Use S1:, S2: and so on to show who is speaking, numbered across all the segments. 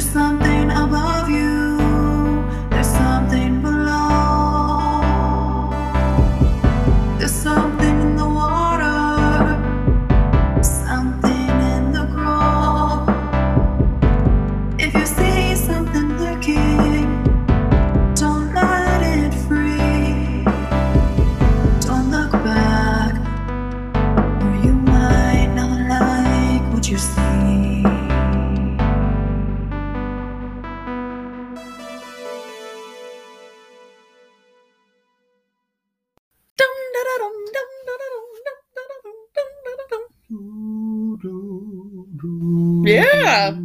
S1: something above you. There's something below. There's something in the water. Something in the grove. If you see something lurking, don't let it free. Don't look back, or you might not like what you see.
S2: Yeah.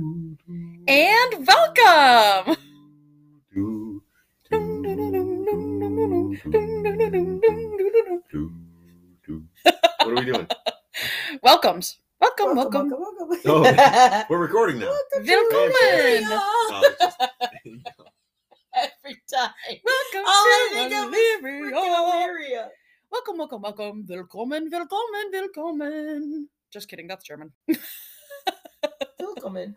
S2: And welcome!
S3: What are we doing?
S2: Welcomes. Welcome, welcome.
S4: welcome.
S3: Oh. We're recording now.
S2: Willkommen!
S3: Oh, it's just-
S4: Every time.
S2: Welcome
S4: All I
S2: to
S4: think of
S2: Valeria.
S4: Valeria.
S2: Welcome, welcome, welcome. Willkommen, willkommen, willkommen. Just kidding, that's German.
S4: Willkommen.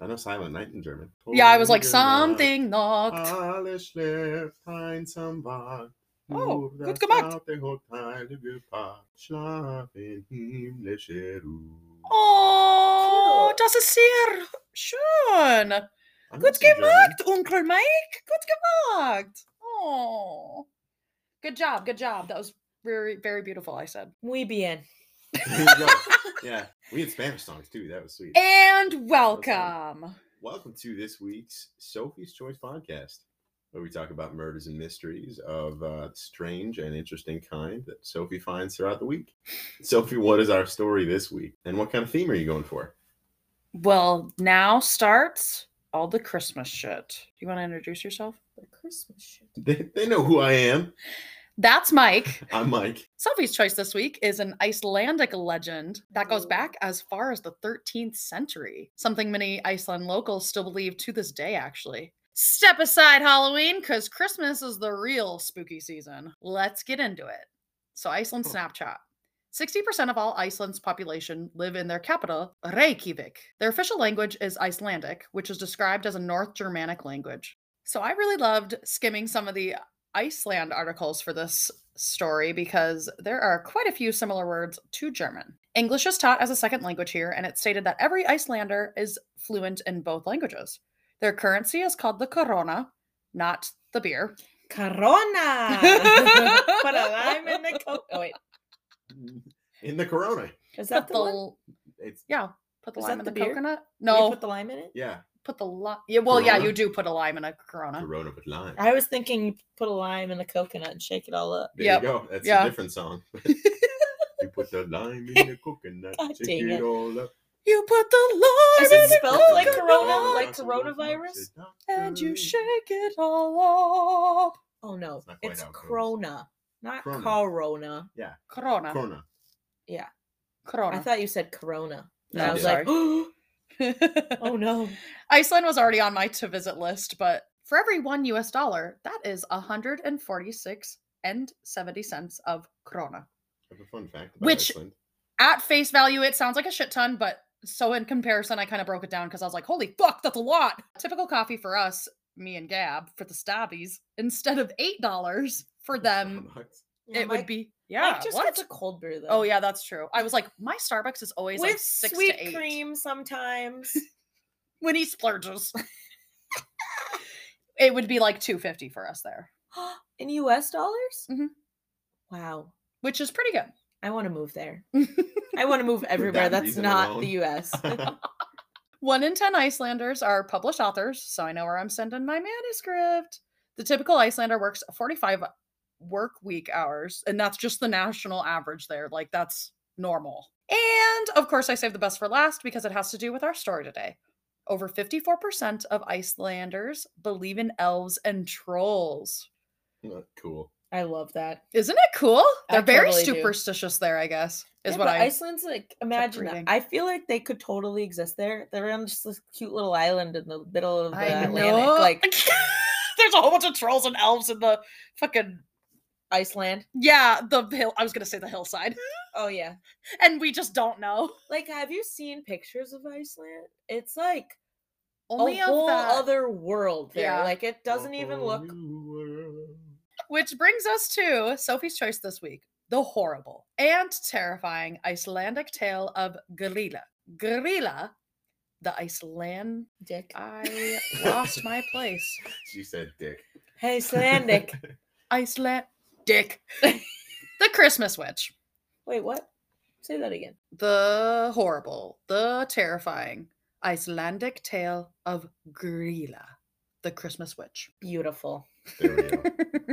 S3: I know Silent Night in German.
S2: Yeah, I was like, something knocked.
S3: Alle schläft einsam wach.
S2: Oh,
S3: Nur
S2: gut
S3: das
S2: gemacht.
S3: laute Hotel gepackt. Schlaf in himmlische Ruhe.
S2: Oh, das ist sehr schön.
S3: I'm
S2: Gut
S3: not so German.
S2: gemacht, Onkel Mike. Gut gemacht. Oh. Good job, good job. That was very, very beautiful, I said.
S4: Muy bien.
S3: There you go. yeah, we had Spanish songs too. That was sweet.
S2: And
S3: good.
S2: welcome.
S3: Welcome to this week's Sophie's Choice podcast, where we talk about murders and mysteries of uh, strange and interesting kind that Sophie finds throughout the week. Sophie, what is our story this week, and what kind of theme are you going for?
S2: Well, now starts all the Christmas shit. You want to introduce yourself?
S4: The Christmas shit.
S3: They, they know who I am.
S2: That's Mike.
S3: I'm Mike.
S2: Sophie's choice this week is an Icelandic legend that goes
S4: Ooh.
S2: back as far as the 13th century, something many Iceland locals still believe to this day, actually. Step aside Halloween because Christmas is the real spooky season. Let's get into it. So, Iceland
S3: Cool.
S2: Snapchat. 60% of all Iceland's population live in their capital, Reykjavik. Their official language is Icelandic, which is described as a North Germanic language. So, I really loved skimming some of the Iceland articles for this story because there are quite a few similar words to German. English is taught as a second language here, and it's stated that every Icelander is fluent in both languages. Their currency is called the corona, not the beer.
S4: Corona. Put a lime in the coke. Oh, wait.
S3: In the Corona.
S2: Put
S4: Is that the,
S2: the,
S4: one?
S2: l-
S3: It's
S2: yeah, put the
S4: Is
S2: lime
S4: that
S2: in the,
S4: the beer?
S2: coconut.
S4: Where you
S2: No,
S4: Put the lime in it?
S3: yeah,
S2: put the lime. Yeah, well, yeah,
S3: Corona?
S2: you do put a lime in a corona.
S3: Corona with lime.
S4: I was thinking you put a lime in the coconut and shake it all up.
S3: There
S2: Yep.
S3: you go. That's
S2: Yeah.
S3: a different song. you put the lime in the coconut,
S4: God
S3: shake
S4: dang
S3: it
S4: it.
S3: all up.
S2: You put the lime
S4: Is it
S2: in the
S4: spelled like corona, like Mm.
S3: Coconut,
S4: coronavirus?
S2: and you shake it all up.
S4: Oh, no.
S3: It's not quite
S4: It's
S3: how it goes.
S4: Corona. Not
S3: Corona.
S4: Corona.
S2: Corona.
S3: Corona.
S2: Corona.
S4: I thought you said Corona. And
S2: No,
S4: I was
S2: sorry.
S4: like, oh no.
S2: Iceland was already on my to visit list, but for every one US dollar, that is 146 and 70 cents of krona.
S3: I have a fun fact about
S2: Which-
S3: Iceland.
S2: At face value, it sounds like a shit ton, but so in comparison, I kind of broke it down because I was like, holy fuck, that's a lot. Typical coffee for us, me and Gab, for the stabbies, instead of $8 for them,
S3: Starbucks.
S4: Yeah,
S2: it would
S4: Mike-
S2: be.
S4: Mike
S2: Yeah,
S4: just
S2: what?
S4: gets a cold brew, though.
S2: oh, yeah, that's true. I was like, my Starbucks is always
S4: with
S2: like six
S4: sweet
S2: to eight.
S4: cream sometimes.
S2: When he splurges. it would be like 250 for us there.
S4: In US dollars?
S2: Mhm.
S4: Wow.
S2: which is pretty good.
S4: I want to move there. I want to move everywhere
S3: that
S4: that's
S3: reason
S4: not
S3: alone.
S4: the US.
S2: One in 10 Icelanders are published authors, so I know where I'm sending my manuscript. The typical Icelander works 45 work week hours, and that's just the national average there. Like, that's normal. And of course, I saved the best for last because it has to do with our story today. Over 54% of Icelanders believe in elves and trolls.
S3: Not cool.
S4: I love that.
S2: Isn't it cool?
S4: I
S2: They're very
S4: totally do.
S2: superstitious there, I guess, is
S4: Yeah,
S2: what
S4: but
S2: I.
S4: Iceland's like imagine that.
S2: reading.
S4: I feel like they could totally exist there. They're on just this cute little island in the middle of the Atlantic,
S2: know.
S4: like
S2: there's a whole bunch of trolls and elves in the fucking
S4: Iceland.
S2: Yeah, the hill. I was gonna say the hillside,
S4: Oh yeah.
S2: and we just don't know.
S4: Like have you seen pictures of Iceland? It's like
S2: Only
S4: a
S2: of
S4: whole
S2: that.
S4: other world there.
S2: Yeah. Oh,
S4: Like it doesn't
S3: A
S4: even
S3: whole
S4: look.
S3: new world.
S2: Which brings us to Sophie's choice this week the horrible and terrifying Icelandic tale of Grilla. Grilla, the Iceland.
S4: Dick.
S2: I lost my place.
S3: She said dick.
S4: Hey, Icelandic.
S2: Iceland. Dick. the Christmas witch.
S4: Wait, what? Say that again.
S2: The horrible, the terrifying Icelandic tale of Grilla, the Christmas witch.
S4: Beautiful.
S3: There we go.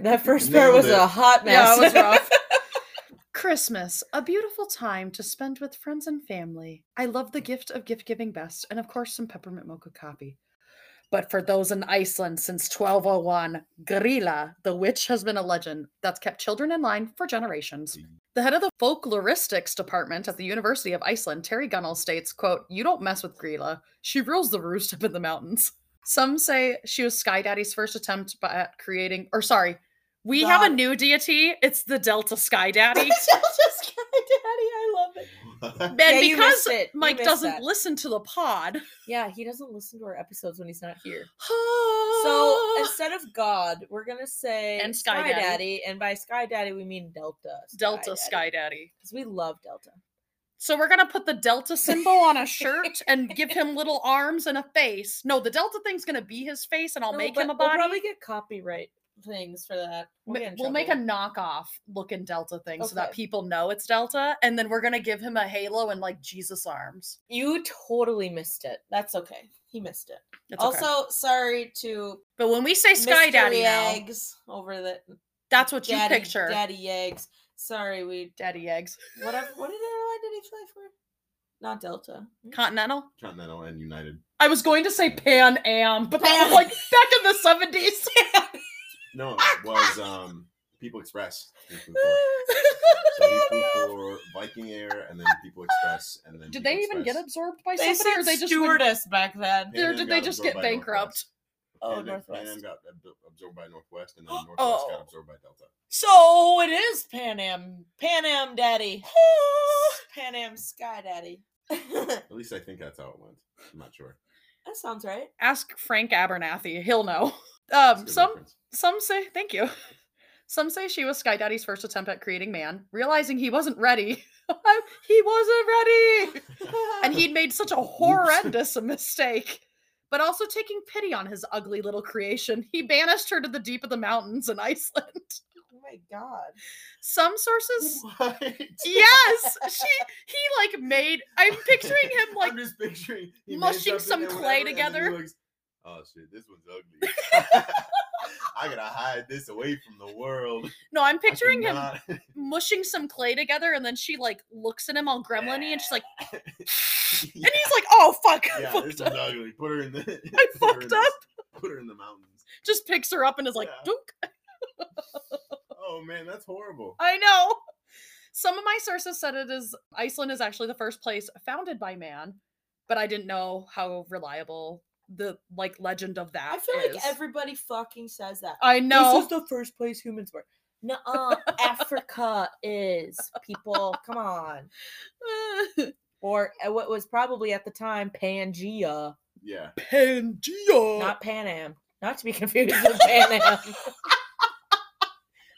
S4: That first part was
S3: Nailed it.
S4: a hot
S2: Yeah,
S4: mess.
S2: it was rough. Christmas, a beautiful time to spend with friends and family. I love the gift of gift giving best, and of course, some peppermint mocha coffee. But for those in Iceland since 1201, Grilla, the witch, has been a legend that's kept children in line for generations. The head of the folkloristics department at the University of Iceland, Terry Gunnell, states, quote, You don't mess with Grilla. She rules the roost up in the mountains. Some say she was Sky Daddy's first attempt b- at creating, or sorry, we have a
S4: God.
S2: new deity. It's the Delta Sky Daddy.
S4: Just Sky Daddy, I love it.
S3: What?
S2: and
S4: Yeah, you
S2: because
S4: missed it. You
S2: Mike
S4: missed
S2: doesn't
S4: that.
S2: listen to the pod,
S4: Yeah, he doesn't listen to our episodes when he's not here. So
S2: so
S4: instead of God, we're gonna say
S2: Ah. And Sky Daddy.
S4: and by Sky Daddy we mean Delta.
S2: Delta Sky Daddy.
S4: because we love Delta.
S2: So we're gonna put the Delta symbol on a shirt and give him little arms and a face. No, the Delta thing's gonna be his face, and I'll
S4: No,
S2: make
S4: but
S2: him a body.
S4: We'll probably get copyright things for that.
S2: Ma-
S4: We'll, get in
S2: we'll make a
S4: trouble.
S2: knockoff looking Delta thing so that
S4: Okay.
S2: people know it's Delta, and then we're gonna give him a halo and like Jesus arms.
S4: You totally missed it. That's okay. He missed it.
S2: It's okay.
S4: also, sorry to
S2: but when we say Sky
S4: Mr.
S2: Daddy now,
S4: Eggs over the
S2: that's what
S4: Daddy,
S2: you picture. Daddy,
S4: Daddy Eggs. Sorry, we
S2: eggs,
S4: whatever. What did airline did he fly for? Not Delta.
S2: Continental.
S3: Continental and United.
S2: I was going to say Pan Am, but that was
S4: Pan-
S2: like back in the seventies.
S3: No, it was um People Express. he flew for. So he flew for Viking Air and then People Express and then
S2: Did
S3: People
S2: they even get
S3: Express.
S2: absorbed by somebody,
S4: they
S2: or
S4: said
S2: they just went,
S4: stewardess back then.
S3: Pan
S2: or
S3: Am
S2: did they
S3: got
S2: just get
S3: absorbed by Northwest.
S2: bankrupt?
S4: Oh,
S3: Pan Am- Pan Am
S4: Northwest.
S3: got ab- absorbed by Northwest and then Northwest
S4: Oh.
S3: got absorbed by Delta.
S4: So it is Pan Am. Pan Am Daddy. Pan Am Sky Daddy. that
S3: At least I think that's how it went. I'm not sure.
S4: sounds right.
S2: Ask Frank Abernathy; he'll know.
S3: That's a
S2: Um,
S3: good
S2: some
S3: reference.
S2: Some say, thank you. Some say she was Sky Daddy's first attempt at creating man, realizing he wasn't ready. he wasn't ready! And he'd made such a horrendous mistake. But also taking pity on his ugly little creation, he banished her to the deep of the mountains in Iceland.
S4: Oh my god.
S2: Some sources.
S3: What?
S2: Yes! She he like made I'm picturing him like
S3: I'm just picturing he made
S2: mushing
S3: something
S2: some
S3: or
S2: clay
S3: whatever, and then he
S2: together.
S3: looks, oh shit, this one's ugly. I gotta hide this away from the world.
S2: no, I'm
S3: I
S2: picturing him
S3: cannot-
S2: mushing some clay together and then she like looks at him all gremlin-y and she's like
S3: yeah,
S2: and he's like, oh fuck, I
S3: yeah,
S2: fucked
S3: this
S2: up."
S3: one's ugly. Put her in the.
S2: I
S3: put her
S2: fucked
S3: in the- put her in the mountains.
S2: just picks her up and is like,
S3: Yeah.
S2: Dunk.
S3: Oh man, that's horrible.
S2: I know. Some of my sources said it is Iceland is actually the first place founded by man, but I didn't know how reliable the like legend of that.
S4: I feel
S2: is.
S4: like everybody fucking says that.
S2: I know.
S4: Uh, This is the first place humans were. Nuh-uh, Africa is people. Come on. Or uh, what was probably at the time Pangea,
S3: Yeah.
S2: Pangea. Not,
S4: not Pan Am. Not to be confused with Pan Am.
S2: to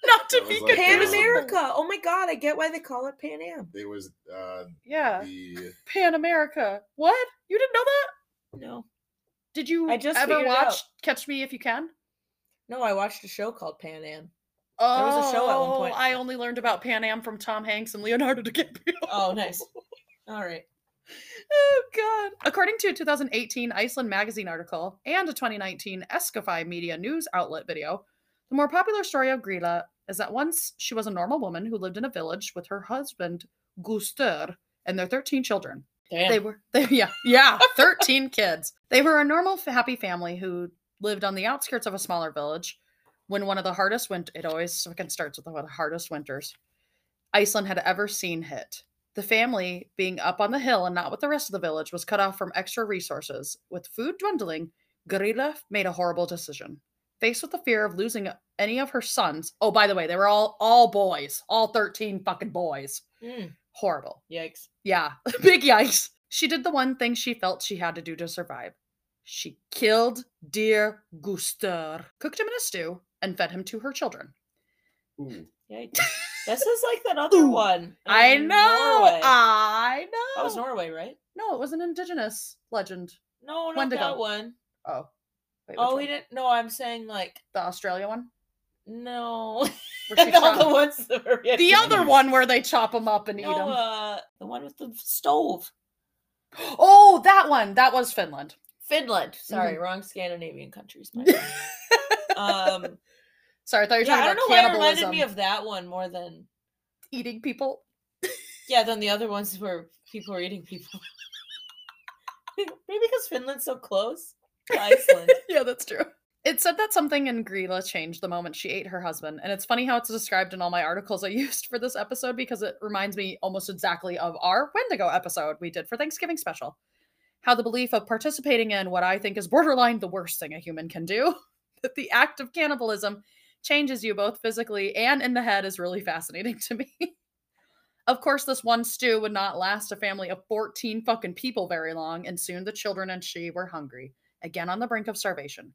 S3: That
S2: be
S3: was like,
S2: confused.
S4: Pan
S2: with-
S3: um,
S4: America. Oh my god, I get why they call it Pan Am.
S3: There was uh
S2: Yeah.
S3: the
S2: Pan America. What? You didn't know that?
S4: No.
S2: Did you
S4: I just
S2: ever
S4: figured it
S2: watch
S4: out.
S2: Catch Me If You Can?
S4: No, I watched a show called Pan Am.
S2: Oh,
S4: was a show at one point.
S2: I only learned about Pan Am from Tom Hanks and Leonardo DiCaprio.
S4: Oh, nice. All right.
S2: Oh god. According to a 2018 Iceland magazine article and a 2019 Escafy media news outlet video, the more popular story of Grilla is that once she was a normal woman who lived in a village with her husband Gustur and their 13 children.
S4: Damn.
S2: They were they yeah, yeah, 13 kids. They were a normal f- happy family who lived on the outskirts of a smaller village when one of the hardest winter it always fucking starts with one of the hardest winters Iceland had ever seen hit. The family, being up on the hill and not with the rest of the village, was cut off from extra resources. With food dwindling, Grilla made a horrible decision. Faced with the fear of losing any of her sons, oh by the way, they were all all boys, all 13 fucking boys.
S4: Mm,
S2: Horrible.
S4: yikes.
S2: Yeah, big yikes. She did the one thing she felt she had to do to survive. She killed dear Guster, cooked him in a stew, and fed him to her children.
S3: Ooh.
S4: Yikes. this is like that other
S2: Ooh.
S4: one.
S2: I
S4: in
S2: know. Uh,
S4: Norway.
S2: I know.
S4: that was Norway, right?
S2: no, it was an indigenous legend.
S4: No, not
S2: Wendigo.
S4: that one.
S2: Oh. Wait,
S4: oh,
S2: which
S4: we
S2: one?
S4: didn't. No, I'm saying like
S2: The Australia one?
S4: no.
S2: Where she
S4: Like all the
S2: chopped-
S4: ones that were in
S2: the other
S3: Indians.
S2: one where they chop them up and eat 'em. eat
S4: No,
S2: them.
S4: uh, the one with the stove.
S2: oh, that one. That was Finland.
S4: Finland. Sorry, wrong Scandinavian countries. my bad. um,
S2: Sorry, I thought you were
S4: yeah, I
S2: talking
S4: don't know
S2: about
S4: why it
S2: cannibalism.
S4: reminded me of that one more than
S2: eating people.
S4: yeah than the other ones where people are eating people. Maybe because Finland's so close to Iceland.
S2: yeah, that's true. It said that something in Grela changed the moment she ate her husband, and it's funny how it's described in all my articles I used for this episode because it reminds me almost exactly of our Wendigo episode we did for Thanksgiving special. How the belief of participating in what I think is borderline the worst thing a human can do, that the act of cannibalism changes you both physically and in the head is really fascinating to me. of course, this one stew would not last a family of 14 fucking people very long, and soon the children and she were hungry again on the brink of starvation.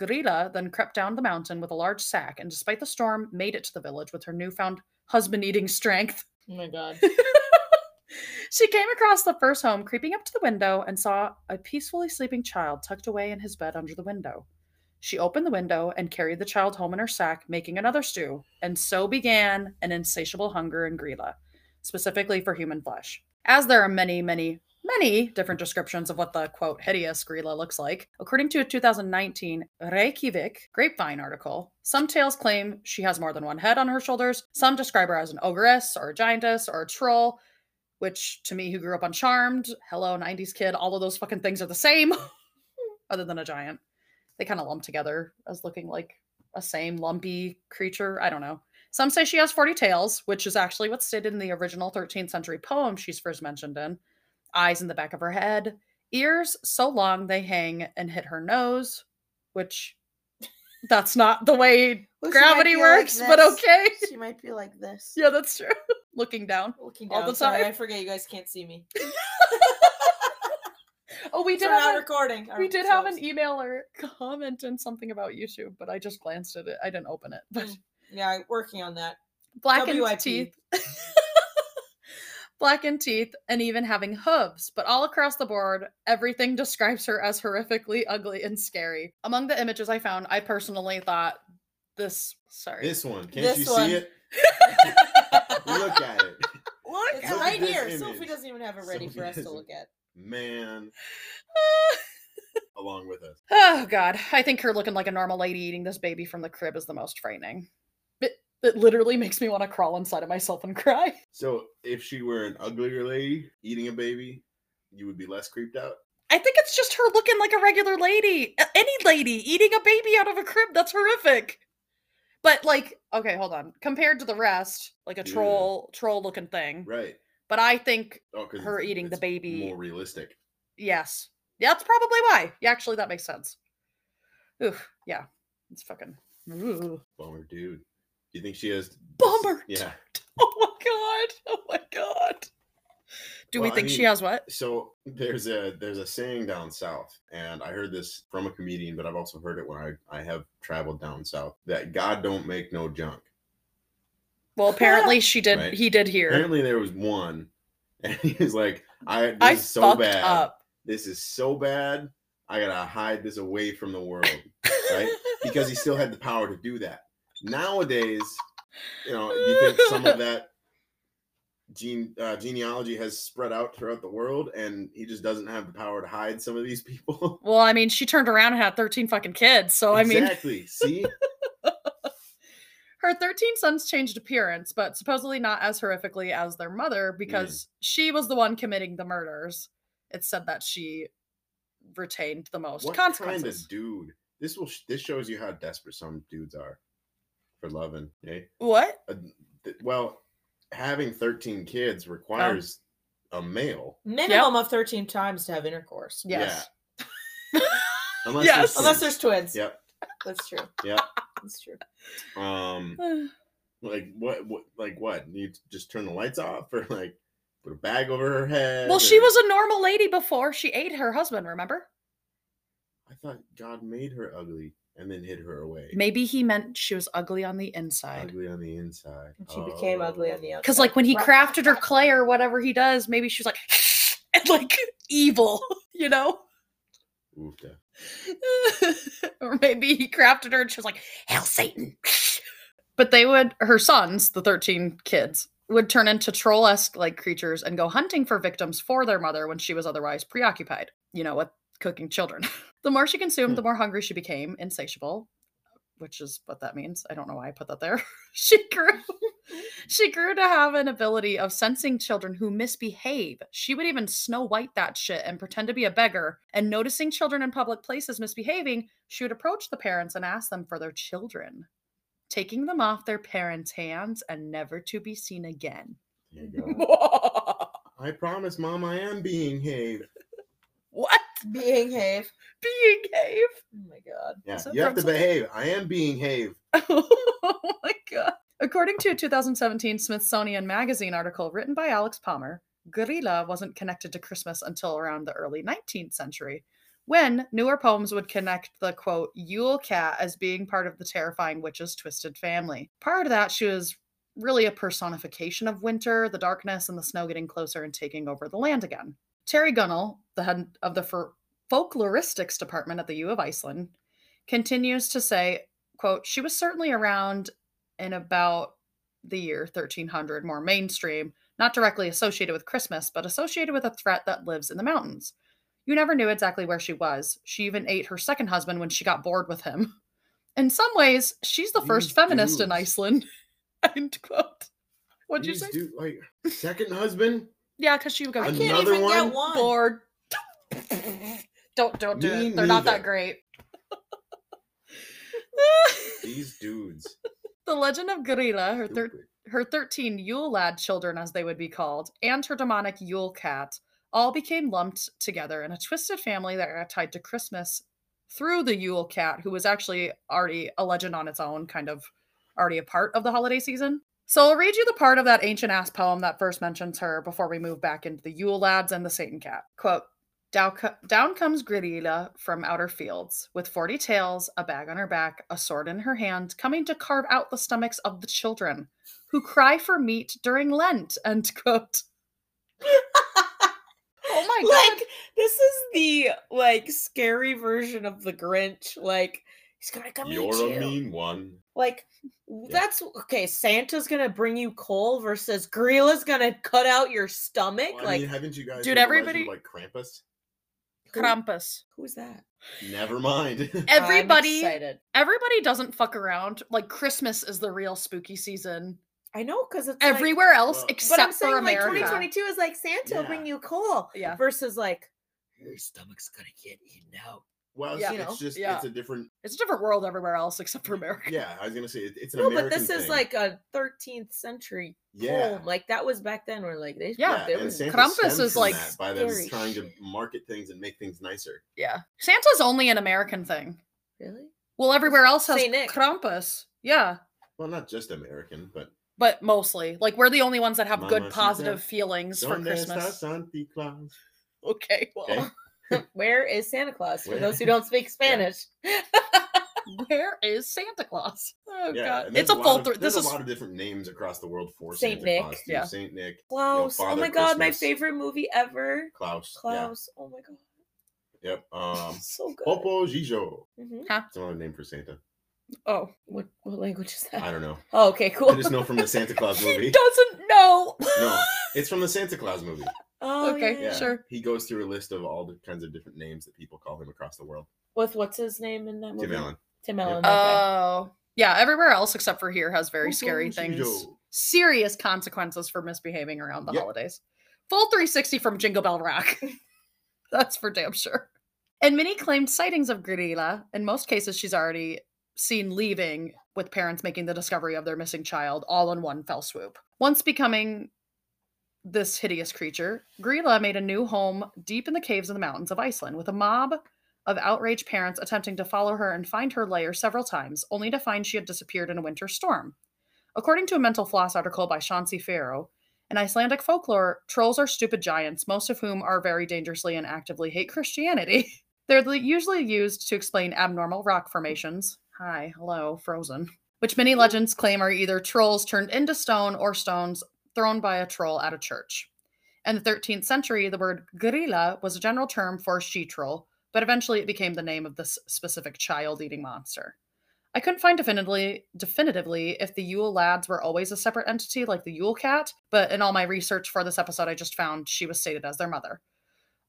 S2: Grilla then crept down the mountain with a large sack and, despite the storm, made it to the village with her newfound husband eating strength.
S4: Oh my god.
S2: She came across the first home, creeping up to the window, and saw a peacefully sleeping child tucked away in his bed under the window. She opened the window and carried the child home in her sack, making another stew, and so began an insatiable hunger in Grilla, specifically for human flesh. As there are many, many, many different descriptions of what the quote hideous Grilla looks like, according to a 2019 Reykjavik Grapevine article, some tales claim she has more than one head on her shoulders. Some describe her as an ogress or a giantess or a troll, which to me, who grew up on Charmed, Hello 90s Kid, all of those fucking things are the same, other than a giant. They kind of lump together as looking like a same lumpy creature. I don't know. Some say she has 40 tails, which is actually what's stated in the original 13th century poem she's first mentioned in. Eyes in the back of her head, ears so long they hang and hit her nose, which that's not the way
S4: Well, she might
S2: gravity
S4: be like
S2: works, but
S4: this.
S2: okay.
S4: She might be like this.
S2: Yeah, that's true. Looking down.
S4: Looking
S2: all
S4: down.
S2: the
S4: Sorry,
S2: time.
S4: I forget you guys can't see me.
S2: Oh, we
S4: We
S2: did
S4: did
S2: have
S4: not
S2: a-
S4: recording.
S2: we did have an
S4: ourselves.
S2: emailer comment and something about YouTube, but I just glanced at it. I didn't open it. But
S4: Mm. yeah, working on that.
S2: blackened
S4: WIP.
S2: teeth. blackened teeth and even having hooves, but all across the board, everything describes her as horrifically ugly and scary. Among the images I found, I personally thought this sorry.
S3: This one. Can't
S4: This
S3: you
S4: one.
S3: see it? Look at it.
S2: Look
S4: It's
S3: at
S4: right
S3: this
S4: here.
S3: image.
S4: Sophie doesn't even have it ready
S3: Sophie
S4: for us to
S3: doesn't.
S4: look at.
S3: Man, along with us.
S2: Oh god, I think her looking like a normal lady eating this baby from the crib is the most frightening. It, it literally makes me want to crawl inside of myself and cry.
S3: So if she were an uglier lady eating a baby, you would be less creeped out.
S2: I think it's just her looking like a regular lady. A- Any lady eating a baby out of a crib, that's horrific. But like, okay, hold on. Compared to the rest, like a
S3: Yeah.
S2: troll troll looking thing.
S3: Right.
S2: But I think
S3: Oh, 'cause
S2: Her
S3: it's-
S2: eating the
S3: it's
S2: baby.
S3: More realistic.
S2: yes. That's probably why. Yeah, actually that makes sense. Oof, yeah. It's fucking Ooh.
S3: Bummer, dude. Do you think she has?
S2: Bummer.
S3: Yeah.
S2: Oh my god. Oh my god. Do
S3: Well,
S2: we
S3: I
S2: think she
S3: mean-
S2: has what?
S3: So there's a there's a saying down south, and I heard this from a comedian, but I've also heard it when I I have traveled down south that God don't make no junk.
S2: Well, apparently she did
S3: Right.
S2: he did here.
S3: Apparently there was one, and he was like, "I this
S2: I
S3: is so
S2: fucked
S3: bad.
S2: up.
S3: This is so bad. I gotta hide this away from the world." right? because he still had the power to do that. Nowadays, you know, you think some of that gene uh, genealogy has spread out throughout the world, and he just doesn't have the power to hide some of these people.
S2: Well, I mean, she turned around and had 13 fucking kids. So, I mean,
S3: exactly. See,
S2: her 13 sons changed appearance, but supposedly not as horrifically as their mother
S3: Mm.
S2: because she was the one committing the murders. It's said that she retained the most
S3: what kind
S2: consequences.
S3: of dude? This will. This shows you how desperate some dudes are for loving. Eh?
S2: what?
S3: Th- Well, having thirteen kids requires
S2: Oh.
S3: a male.
S4: Minimum of 13 times to have intercourse.
S3: Yeah.
S2: Yes.
S3: Unless
S2: Yes.
S3: there's
S4: Unless
S3: twins.
S4: there's twins.
S3: Yep.
S4: That's true.
S3: Yep.
S4: That's true.
S3: Um. like what, what like what you just turn the lights off or like put a bag over her head
S2: well, she
S3: or-
S2: was a normal lady before she ate her husband, remember?
S3: thought God made her ugly and then hid her away.
S2: Maybe he meant she was ugly on the inside.
S3: ugly on the inside.
S4: And she became ugly on the
S3: Oh.
S4: outside.
S2: Because like when he
S4: Right.
S2: crafted her clay or whatever he does, maybe she was like and like evil, you know?
S3: Oofta.
S2: or maybe he crafted her and she was like, Hell Satan. but they would her sons, the 13 kids, would turn into troll-esque like creatures and go hunting for victims for their mother when she was otherwise preoccupied, you know, with cooking children. the more she consumed,
S3: Hmm.
S2: the more hungry she became, insatiable, which is what that means. I don't know why I put that there. she grew she grew to have an ability of sensing children who misbehave. She would even Snow White that shit and pretend to be a beggar. And noticing children in public places misbehaving, she would approach the parents and ask them for their children, taking them off their parents' hands and never to be seen again.
S3: There you go. I promise, Mom, I am being Have.
S2: What?
S4: Being Have.
S2: Being Cave?
S4: Oh my god.
S3: Yeah,
S2: So
S3: you have to
S2: from some-
S3: behave. I am being Have.
S2: oh my god. According to a 2017 Smithsonian Magazine article written by Alex Palmer, gorilla wasn't connected to Christmas until around the early 19th century, when newer poems would connect the quote Yule Cat as being part of the terrifying witch's twisted family. Prior to that, she was really a personification of winter, the darkness, and the snow getting closer and taking over the land again. Terry Gunnell, the head of the fol- folkloristics department at the U of Iceland, continues to say quote she was certainly around in about the year 1300 more mainstream not directly associated with christmas but associated with a threat that lives in the mountains you never knew exactly where she was she even ate her second husband when she got bored with him in some ways she's the first
S3: These
S2: feminist in
S3: dudes.
S2: iceland end quote what'd you
S3: These
S2: say
S3: dude- like second husband?
S2: yeah because she would go
S4: I
S3: I'm
S4: can't
S2: "Can't
S3: Another
S4: even
S3: one?
S4: get one.
S2: bored don't don't do
S3: Me
S2: it they're not that
S3: neither.
S2: great
S3: These dudes.
S2: the legend of gorilla her third
S3: Stupid.
S2: her 13 Yule lad children, as they would be called, and her demonic Yule cat all became lumped together in a twisted family that got tied to Christmas through the Yule cat, who was actually already a legend on its own, kind of already a part of the holiday season. So I'll read you the part of that ancient ass poem that first mentions her before we move back into the Yule lads and the Satan cat. Quote, Dow co- down comes Gridila from outer fields, with forty tails, a bag on her back, a sword in her hand, coming to carve out the stomachs of the children who cry for meat during Lent. End quote. Oh my god.
S4: like this is the like scary version of the Grinch. Like he's gonna come eat
S3: You're
S4: you.
S3: a mean one.
S4: like w-
S3: Yeah.
S4: that's okay. Santa's gonna bring you coal versus Gorilla's gonna cut out your stomach.
S3: Well, I
S4: like
S3: mean, haven't you guys
S2: Dude,
S3: heard the legend
S2: everybody-
S3: of, like Krampus?
S4: who-
S2: Krampus.
S4: Who is that?
S3: Never mind.
S4: I'm
S2: Everybody
S4: excited.
S2: everybody doesn't fuck around. Like Christmas is the real spooky season.
S4: I know because it's like-
S2: Everywhere else
S3: Well- But I'm
S4: but I'm
S2: except
S4: saying
S2: for
S4: like
S2: America.
S4: 2022 is like Santa will bring you coal
S2: Yeah.
S4: versus like your stomach's gonna get eaten out.
S3: well,
S2: Yeah.
S3: it's,
S4: You know,
S3: it's just
S2: yeah.
S3: it's a different.
S2: It's a different world everywhere else except for America.
S3: Yeah, I was gonna say it, it's an
S4: no,
S3: American
S4: but this is
S3: thing.
S4: like a 13th century
S3: yeah.
S4: coal. Like that was back then. Where like they
S2: Yeah.
S4: they
S3: and
S4: was-
S3: Santa
S2: Krampus
S3: stems
S2: is
S3: from
S2: like
S3: that by them
S4: scary
S3: trying to
S4: shit.
S3: market things and make things nicer.
S2: Yeah. Santa's only an American thing.
S4: really
S2: Well, everywhere else has
S4: Saint Nick.
S2: Krampus. Yeah.
S3: Well, not just American, but
S2: But mostly. Like we're the only ones that have good
S3: Mamacita,
S2: positive feelings for
S3: ¿Dónde está
S2: Christmas.
S3: Santa Claus?
S2: Okay, well.
S3: Okay.
S4: Where is Santa Claus? For
S3: Where-
S4: those who don't speak Spanish.
S2: Where is Santa Claus? Oh
S3: Yeah,
S2: god.
S3: and there's
S2: It's a full
S3: lot of-
S2: through. This
S3: there's
S2: is
S3: a lot of different names across the world for
S4: Saint
S3: Santa
S4: Nick,
S3: Claus. too.
S2: yeah.
S3: Saint Nick,
S4: Klaus. oh
S3: Father
S4: my god, my
S3: Christmas.
S4: favorite movie ever.
S3: Klaus.
S4: Klaus. Oh my god.
S3: Yeah. Yep. Um,
S4: so good.
S3: Popo Gijo.
S4: Mhm.
S3: It's another name for Santa.
S2: oh.
S4: What what language is that?
S3: I don't know.
S4: Oh, okay, cool.
S3: I just know from the Santa Claus
S2: He
S3: movie.
S2: doesn't know.
S3: No, it's from the Santa Claus movie.
S4: Oh,
S2: Okay,
S4: yeah.
S3: Yeah.
S2: sure.
S3: He goes through a list of all the kinds of different names that people call him across the world.
S4: With what's his name in that movie?
S3: Tim Allen.
S4: Tim
S3: Yep.
S4: Allen.
S2: Oh.
S4: okay.
S2: yeah, everywhere else except for here has very
S3: Popo
S2: scary things.
S3: Gijo.
S2: Serious consequences for misbehaving around the
S3: Yep.
S2: holidays. Full 360 from Jingle Bell Rock. That's for damn sure. And many claimed sightings of Gridila. In most cases, she's already seen leaving with parents making the discovery of their missing child all in one fell swoop. Once becoming this hideous creature, Grilla made a new home deep in the caves of the mountains of Iceland with a mob of outraged parents attempting to follow her and find her lair several times, only to find she had disappeared in a winter storm. According to a Mental Floss article by Chauncey Farrow, in Icelandic folklore, trolls are stupid giants, most of whom are very dangerously and actively hate Christianity. They're the- usually used to explain abnormal rock formations. Hi, hello, frozen. Which many legends claim are either trolls turned into stone or stones thrown by a troll at a church. In the 13th century, the word gorilla was a general term for a she troll, but eventually it became the name of this specific child eating monster. I couldn't find definitively, definitively if the Yule lads were always a separate entity like the Yule cat, but in all my research for this episode, I just found she was stated as their mother.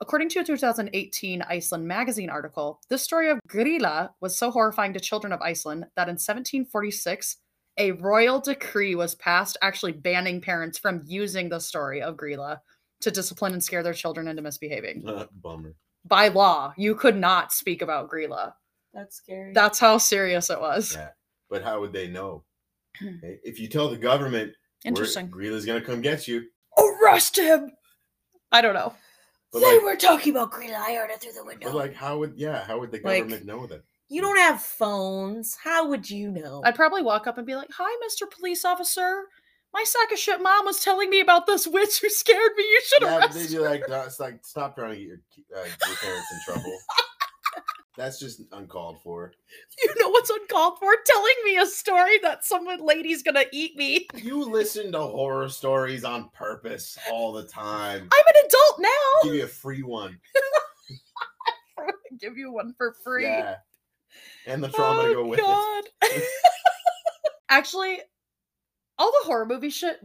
S2: According to a 2018 Iceland magazine article, this story of Grilla was so horrifying to children of Iceland that in 1746, a royal decree was passed actually banning parents from using the story of Grilla to discipline and scare their children into misbehaving.
S3: uh, Bummer.
S2: By law, you could not speak about Grilla.
S4: That's scary.
S2: That's how serious it was.
S3: Yeah. But how would they know? Okay, If you tell the government, we're-
S2: Interesting.
S3: Grilla's gonna come get you.
S2: Arrest him! I don't know.
S3: But
S4: they
S3: like,
S4: were talking about Green I heard it through the window.
S3: but like, how would yeah? How would the
S4: Like-
S3: government know that?
S4: you don't have phones. How would you know?
S2: I'd probably walk up and be like, Hi, Mr. Police Officer. My sack of shit mom was telling me about this witch who scared me. You should
S3: Yeah, but
S2: arrest
S3: they'd be like, "No, it's like, stop trying to get your, ki- uh, your parents in trouble. That's just uncalled for.
S2: You know what's uncalled for? Telling me a story that some lady's gonna eat me.
S3: You listen to horror stories on purpose all the time.
S2: I'm an adult now.
S3: Give you a free one.
S2: I'm gonna Give you one for free.
S3: Yeah. And the trauma to
S2: Oh,
S3: go with it.
S2: God. Actually, all the horror movie shit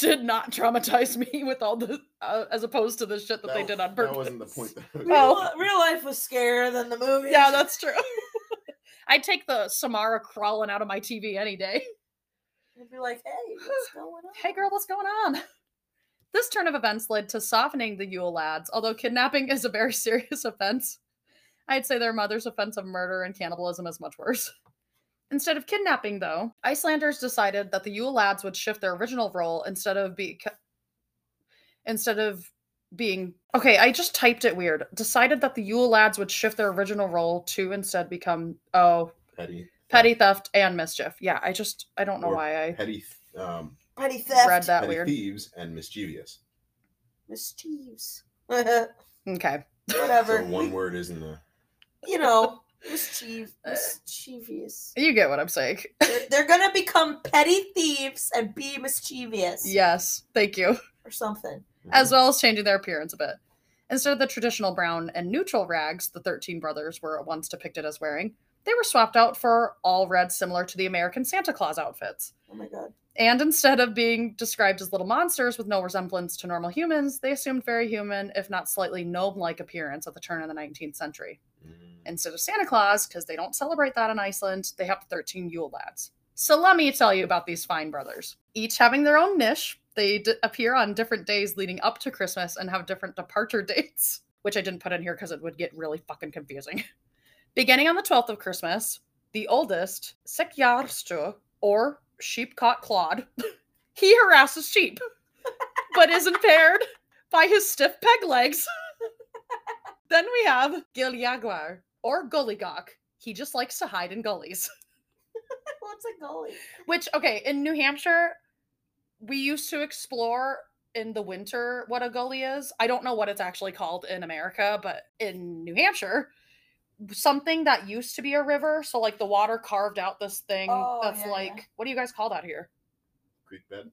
S2: did not traumatize me with all the uh, as opposed to the shit that, they
S3: That-
S2: did on purpose.
S3: That wasn't the point. that I was
S4: real,
S2: Oh.
S3: making.
S4: real life was scarier than the movie.
S2: Yeah, that's true. I'd take the Samara crawling out of my TV any day.
S4: I'd be like, hey, what's going on?
S2: Hey girl, what's going on? This turn of events led to softening the Yule lads, although kidnapping is a very serious offense. I'd say their mother's offense of murder and cannibalism is much worse. Instead of kidnapping, though, Icelanders decided that the Yule lads would shift their original role instead of be instead of being okay. I just typed it weird. Decided that the Yule lads would shift their original role to instead become oh
S3: Petty.
S2: petty theft and mischief. Yeah, I just I don't know
S3: Or
S2: why I
S3: Petty. Um,
S4: Petty
S2: read
S4: theft.
S2: that
S3: petty
S2: weird.
S3: thieves and mischievous.
S4: Mischiefs. Whatever.
S2: Okay.
S3: So one word isn't a.
S4: you know, mischief,
S2: Uh,
S4: mischievous.
S2: You get what I'm saying.
S4: They're, they're gonna become petty thieves and be mischievous.
S2: Yes, thank you.
S4: Or something.
S2: As well as changing their appearance a bit. Instead of the traditional brown and neutral rags the 13 brothers were once depicted as wearing, they were swapped out for all red, similar to the American Santa Claus outfits.
S4: Oh my god.
S2: And instead of being described as little monsters with no resemblance to normal humans, they assumed very human, if not slightly gnome like appearance at the turn of the 19th century.
S3: Mm.
S2: instead of Santa Claus because they don't celebrate that in Iceland. They have the 13 Yule lads. So let me tell you about these fine brothers. Each having their own niche, they d- appear on different days leading up to Christmas and have different departure dates, which I didn't put in here because it would get really fucking confusing. Beginning on the 12th of Christmas, the oldest, Sekjarstu, or sheep caught Claude, he harasses sheep, but is impaired by his stiff peg legs. then we have Giljaguar, or Goligok. He just likes to hide in gullies.
S4: What's a goalie?
S2: Which, okay, in New Hampshire, we used to explore in the winter what a gully is. I don't know what it's actually called in America, but in New Hampshire, something that used to be a river, so like the water carved out this thing
S4: Oh,
S2: that's
S4: yeah, yeah.
S2: like, what do you guys call that here?
S3: Creek bed.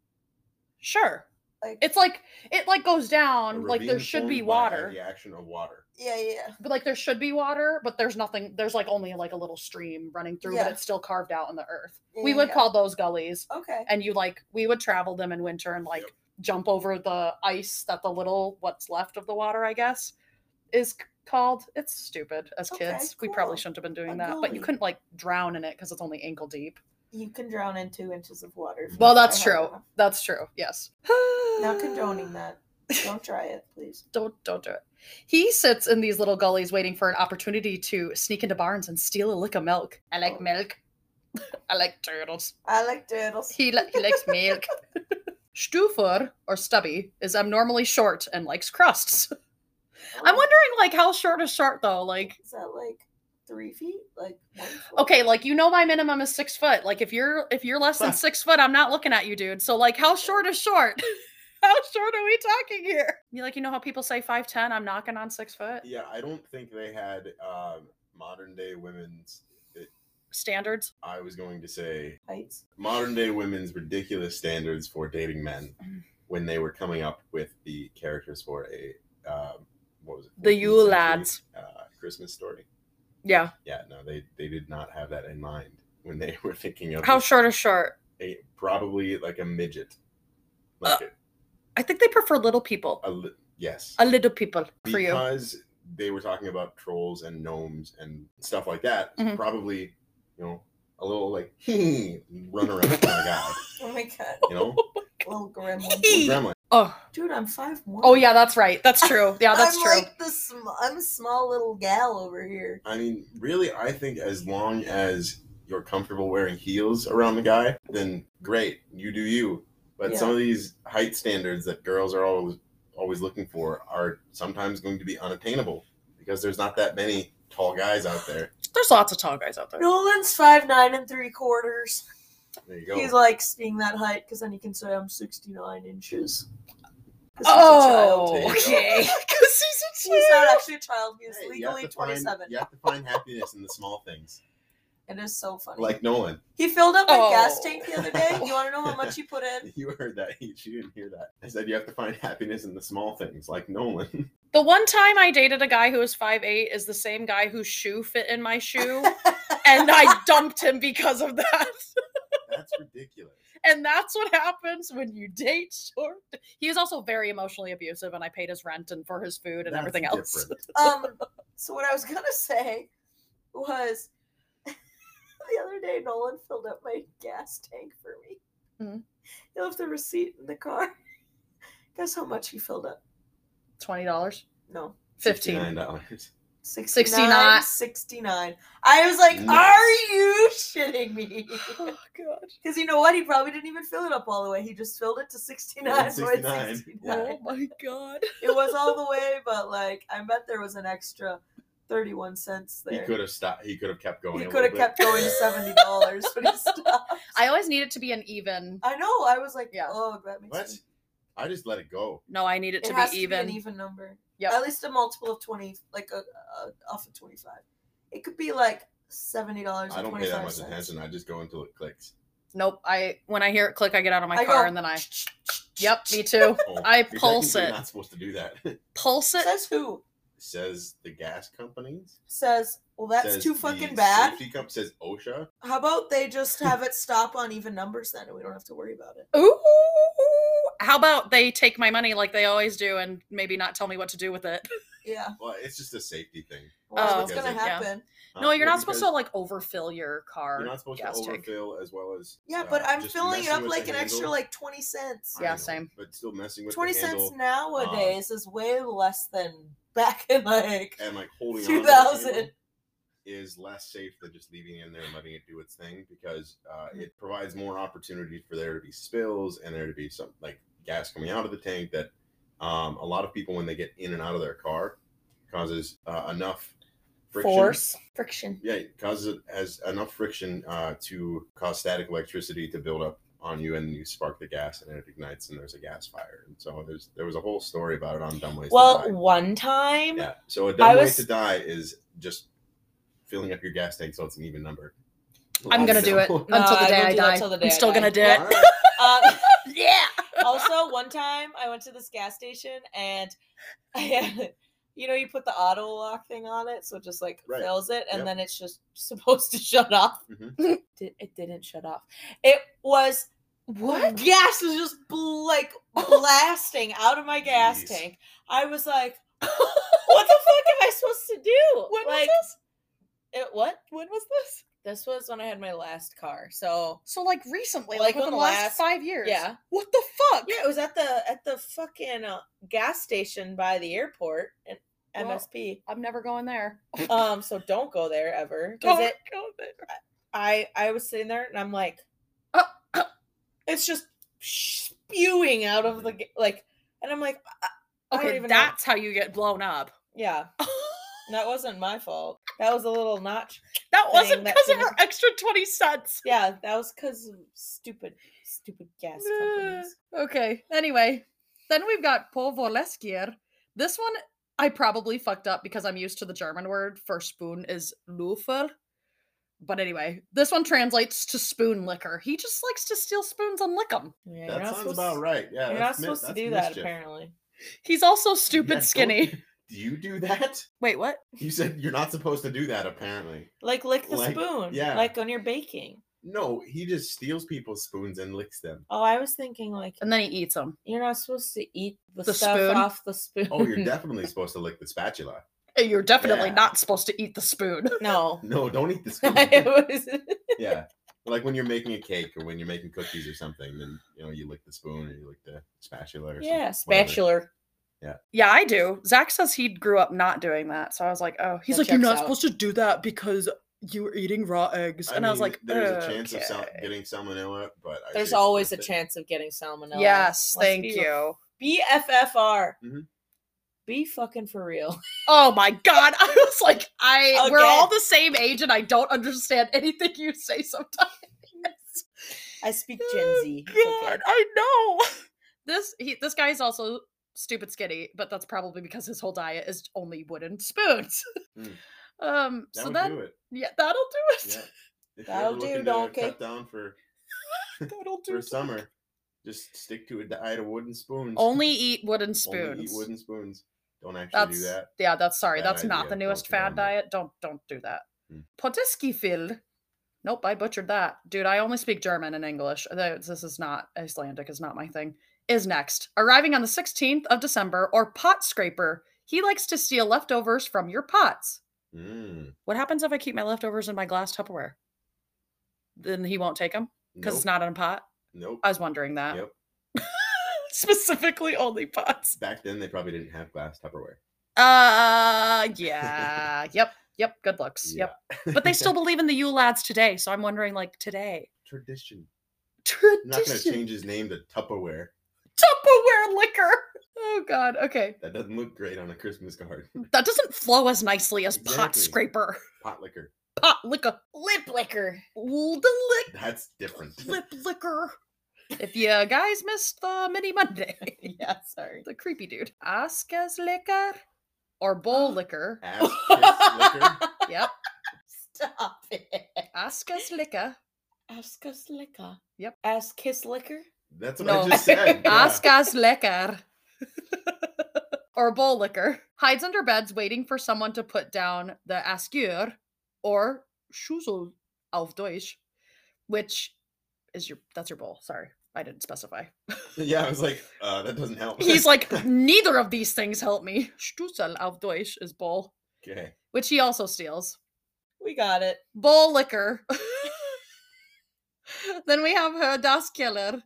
S2: Sure.
S4: Like
S2: It's like it like goes
S3: A
S2: down, Um, like there
S3: ravine
S2: should be
S3: formed by, uh,
S2: water.
S3: The action of water.
S4: yeah, yeah.
S2: But like there should be water, but there's nothing there's like only like a little stream running through,
S4: Yeah.
S2: but it's still carved out in the earth.
S4: Yeah,
S2: we
S4: yeah,
S2: would
S4: yeah.
S2: call those gullies.
S4: Okay.
S2: and you like we would travel them in winter and like
S3: Yep.
S2: jump over the ice that the little what's left of the water i guess is c- called it's stupid as
S4: Okay,
S2: kids we probably
S4: cool.
S2: shouldn't have been doing
S4: A
S2: that but
S4: gully.
S2: you couldn't like drown in it because it's only ankle deep
S4: You can drown in two inches of water. if you
S2: well
S4: try
S2: that's
S4: hard
S2: true
S4: enough.
S2: that's true yes
S4: Not condoning that. Don't try it, please.
S2: don't don't do it he sits in these little gullies waiting for an opportunity to sneak into barns and steal a lick of milk i like
S4: Oh.
S2: milk i like turtles
S4: I like turtles.
S2: He, li- he likes milk. Stufur, or stubby, is abnormally short and likes crusts. I'm
S4: Oh,
S2: wondering, like, how short is short, though? Like,
S4: Is that like three feet? Like one foot?
S2: okay, like, you know my minimum is six foot. Like, if you're, if you're less than
S3: Huh.
S2: six foot, I'm not looking at you, dude. So, like, how short is short? How short are we talking here? You like, you know how people say five ten? I'm knocking on six foot
S3: Yeah, I don't think they had um, modern day women's.
S2: standards.
S3: I was going to say
S4: Heights.
S3: modern day women's ridiculous standards for dating men when they were coming up with the characters for a um, what was it?
S2: The
S3: 14th
S2: Yule
S3: century,
S2: Lads.
S3: uh, Christmas story.
S2: Yeah.
S3: Yeah, no, they they did not have that in mind when they were thinking of
S2: How
S3: this.
S2: short is short?
S3: a, probably like a midget.
S2: Uh,
S3: Like
S2: I think they prefer little people.
S3: a, a li- yes,
S2: A little people for you.
S3: because they were talking about trolls and gnomes and stuff like that.
S2: Mhm.
S3: Probably, you know, a little like run around kind of guy.
S4: Oh my god.
S3: You know,
S4: Little gremlin.
S3: Little gremlin.
S2: Oh,
S4: Dude, I'm five one.
S2: oh yeah, that's right. That's true. Yeah, that's
S4: I'm
S2: true.
S4: Like the sm- I'm a small little gal over here.
S3: I mean, really, I think as long as you're comfortable wearing heels around the guy, then great, you do you. But some of these height standards that girls are always always looking for are sometimes going to be unattainable because there's not that many tall guys out there.
S2: There's lots of tall guys out there.
S4: Nolan's five nine and three quarters.
S3: There you go.
S4: He likes being that height because then he can say I'm sixty nine inches. 'Cause he's a child.
S2: Oh,
S3: child.
S2: okay. Because he's a
S4: He's not
S2: child.
S4: actually a child. He's
S3: Hey, you have
S4: legally
S3: to find-
S4: 27.
S3: You have to find happiness in the small things,
S4: It is so funny.
S3: like Nolan.
S4: he filled up my gas
S2: Oh.
S4: tank the other day. You want to know how much he put in?
S3: You heard that. She didn't hear that. I said you have to find happiness in the small things, like Nolan.
S2: The one time I dated a guy who was 5'8 is the same guy whose shoe fit in my shoe, and I dumped him because of that.
S3: That's ridiculous.
S2: And that's what happens when you date short. He was also very emotionally abusive, and I paid his rent and for his food and
S3: That's
S2: everything else.
S3: different.
S4: Um, so what I was gonna say was the other day Nolan filled up my gas tank for me.
S2: Mhm.
S4: He left the receipt in the car. Guess how much he filled up?
S2: Twenty dollars,
S4: No.
S2: fifteen.
S3: $69.
S4: 69 69 i was like
S3: Nice.
S4: are you shitting me
S2: Oh god.
S4: because you know what he probably didn't even fill it up all the way he just filled it to 69 so it's
S3: 69,
S4: 69
S2: Oh my god.
S4: it was all the way but like i bet there was an extra 31 cents
S3: He
S4: there
S3: could have stopped. He could have kept going.
S4: he
S3: a
S4: could have
S3: little
S4: kept
S3: bit.
S4: going to seventy dollars, but he stopped.
S2: I always need it to be an even.
S4: I know. I was like,
S2: Yeah.
S4: oh, that makes
S3: What?
S4: sense.
S3: I just let it go.
S2: No, I need it,
S4: It
S2: to,
S4: has
S2: be
S4: to
S2: even.
S4: be an even number.
S2: Yep.
S4: At least a multiple of twenty, like a, a off of twenty five. It could be like seventy dollars.
S3: I don't pay that much attention. I just go until it clicks.
S2: Nope. I when I hear it click, I get out of my
S4: I
S2: car
S4: go,
S2: and then I. Yep, me too.
S3: Oh,
S2: I
S3: you're technically
S2: pulse it.
S3: Not supposed to do that.
S2: Pulse it.
S4: Says who?
S3: says the gas companies.
S4: Says well, that's
S3: Says
S4: too
S3: the
S4: fucking bad.
S3: Safety comp says OSHA.
S4: How about they just have it stop on even numbers then, and we don't have to worry about it.
S2: Ooh. How about they take my money like they always do and maybe not tell me what to do with it?
S4: Yeah.
S3: Well, it's just a safety thing.
S4: Well,
S2: Oh.
S4: what's gonna
S3: Because it-
S2: yeah.
S4: happen?
S3: huh?
S2: No, you're
S3: Well,
S2: not supposed to
S3: because
S2: like overfill your car.
S3: You're not supposed
S2: gas
S3: to
S2: tank.
S3: overfill as well as.
S4: Yeah,
S3: uh,
S4: but I'm
S3: just
S4: filling it
S3: messing
S4: up
S3: with
S4: like
S3: the
S4: an extra
S3: handle.
S4: like twenty cents.
S3: I
S2: Yeah,
S3: know,
S2: same.
S3: But still messing with
S4: 20
S3: the handle Um,
S4: cents nowadays is way less than back in like
S3: and like holding on. to the
S4: 2000.
S3: handle Is less safe than just leaving it in there and letting it do its thing because uh, it provides more opportunity for there to be spills and there to be some like gas coming out of the tank that um, a lot of people when they get in and out of their car causes uh, enough friction.
S4: friction
S3: Yeah, it causes as enough friction uh, to cause static electricity to build up on you, and you spark the gas, and it ignites, and there's a gas fire. And so there's there was a whole story about it on Dumb Ways. to Die.
S4: well one time
S3: Yeah. So a dumb way
S4: was-
S3: to die is just filling up your gas tank so it's an even number.
S2: I'm gonna
S3: Also-
S2: do it
S4: No,
S2: until the
S4: I
S2: day
S4: will
S2: I
S4: do that
S2: die.
S4: till the day
S2: I'm
S4: I
S2: still
S4: die.
S2: gonna do
S3: All
S2: it.
S3: right.
S4: um,
S2: Yeah.
S4: also one time i went to this gas station and i had you know you put the auto lock thing on it so it just like
S3: Right.
S4: fills it and
S3: Yep.
S4: then it's just supposed to shut off
S3: Mhm.
S2: Mm-hmm.
S4: Did- it didn't shut off it was
S2: What?
S4: gas was just bl- like blasting out of my gas
S3: Jeez.
S4: tank i was like what the fuck am I supposed to do?
S2: When was
S4: like,
S2: this?
S4: It, what?
S2: When was this?
S4: This was when I had my last car. So
S2: So like recently,
S4: Like,
S2: like, within
S4: when
S2: the
S4: the
S2: last,
S4: last-
S2: five years.
S4: yeah.
S2: What the fuck?
S4: yeah, it was at the at the fucking uh, gas station by the airport and
S2: Well-
S4: MSP.
S2: I'm never going there. Oh
S4: um, so don't go there ever. 'cause
S2: Don't
S4: it,
S2: go there.
S4: I I was sitting there and I'm like,
S2: Oh,
S4: it's just spewing out of the ga- like, and I'm like, I don't
S2: Okay,
S4: even know.
S2: that's how you get blown up.
S4: yeah, that wasn't my fault. That was a little notch
S2: that wasn't
S4: Thing that
S2: because of
S4: didn't-
S2: her extra twenty cents.
S4: Yeah, that was because of stupid, stupid gas companies.
S2: okay. Anyway, Then we've got Povoleskier. This one I probably fucked up because I'm used to the German word for spoon is Löffel. But anyway, this one translates to spoon liquor. He just likes to steal spoons and lick them.
S4: Yeah,
S3: That sounds about right. Yeah,
S4: You're not
S3: that's mi-
S4: supposed to
S3: that's
S4: do that,
S3: mischief.
S4: apparently.
S2: He's also stupid
S3: Yeah, don't-
S2: skinny.
S3: Do you do that?
S2: Wait, what?
S3: You said you're not supposed to do that, apparently.
S4: Like lick the
S3: Like-
S4: spoon,
S3: yeah.
S4: like on your baking.
S3: No, he just steals people's spoons and licks them.
S4: Oh, I was thinking like
S2: And then he eats them.
S4: you're not supposed to eat the,
S2: The
S4: stuff
S2: spoon?
S4: off the spoon.
S3: Oh, you're definitely supposed to lick the spatula.
S2: You're definitely
S3: Yeah.
S2: not supposed to eat the spoon.
S4: no.
S3: No, don't eat the spoon.
S4: It was
S3: yeah. Like when you're making a cake or when you're making cookies or something, then you know you lick the spoon or you lick the spatula or
S4: yeah,
S3: something, whatever.
S4: spatula.
S2: Yeah, I do. Zach says he grew up not doing that. So I was like, oh, he's
S4: That
S2: like, you're
S4: checks
S2: not
S4: out.
S2: supposed to do that because you were eating raw eggs. and I was
S3: mean,
S2: like,
S3: there's a chance of sal-
S2: "Okay."
S3: getting salmonella, but I
S4: There's
S3: think
S4: always a
S3: it's
S4: chance of getting salmonella.
S2: Yes,
S4: Let's
S2: thank
S4: be
S2: you.
S4: real. BFFR.
S3: Mhm.
S4: Be fucking for real.
S2: Oh my god. I was like, I we're all
S4: Again.
S2: the same age and I don't understand anything you say sometimes.
S4: I speak Gen
S2: Oh,
S4: Z. It's okay.
S2: God, I know. This he this guy is also stupid skinny, but that's probably because his whole diet is only wooden spoons.
S3: Mm.
S2: Um
S3: That
S2: so
S3: would
S2: then
S3: do it.
S2: yeah, that'll do it.
S3: Yeah. If you're ever
S4: That'll do,
S3: looking to
S4: donkey.
S3: Cut down for
S2: That'll do
S3: for
S2: it.
S3: summer. Just stick to a diet of wooden spoons.
S2: Only eat wooden spoons.
S3: Only eat wooden spoons. Don't actually
S2: that's
S3: do that.
S2: yeah, that's sorry.
S3: Bad
S2: that's not
S3: idea.
S2: the newest
S3: Don't do that
S2: fad
S3: now.
S2: diet. Don't don't do that.
S3: Mm.
S2: Potiski field. Nope, I butchered that. Dude, I only speak German and English. Th- This is not Icelandic is not my thing. Is next. Arriving on the 16th of December or pot scraper. He likes to steal leftovers from your pots.
S3: Mm,
S2: What happens if I keep my leftovers in my glass Tupperware? Then he won't take them because it's
S3: nope,
S2: not in a pot.
S3: Nope.
S2: I was wondering that.
S3: Yep.
S2: Specifically only pots.
S3: Back then, they probably didn't have glass Tupperware.
S2: Uh yeah. yep. Yep. Good looks. Yep.
S3: Yeah.
S2: but they still believe in the U lads today. So I'm wondering, like today,
S3: tradition. I'm not going to
S2: tradition
S3: change his name to Tupperware.
S2: Tupperware liquor. Oh God. Okay,
S3: That doesn't look great on a Christmas card.
S2: that doesn't flow as nicely as pot
S3: Exactly.
S2: scraper,
S3: Pot liquor.
S2: pot liquor,
S4: Lip liquor.
S2: Ooh, the
S3: That's different.
S2: lick, lip liquor. If you guys missed the mini Monday,
S4: yeah, sorry.
S2: the creepy dude, Askas liquor or bowl liquor,
S3: Ass kiss liquor.
S2: yep,
S4: Stop it.
S2: Askas liquor,
S4: Ask us liquor.
S2: Yep.
S4: Ask kiss liquor.
S3: That's what
S2: No.
S3: I just said. Yeah.
S2: Askas lecker. or bowl liquor. Hides under beds waiting for someone to put down the askur or schuzel auf Deutsch, which is your that's your bowl. Sorry. I didn't specify.
S3: Yeah, I was like, uh, that doesn't help.
S2: He's like, neither of these things help me. Schuzel auf Deutsch is bowl,
S3: okay.
S2: which he also steals.
S4: We got it.
S2: Bowl liquor. then we have her Das Killer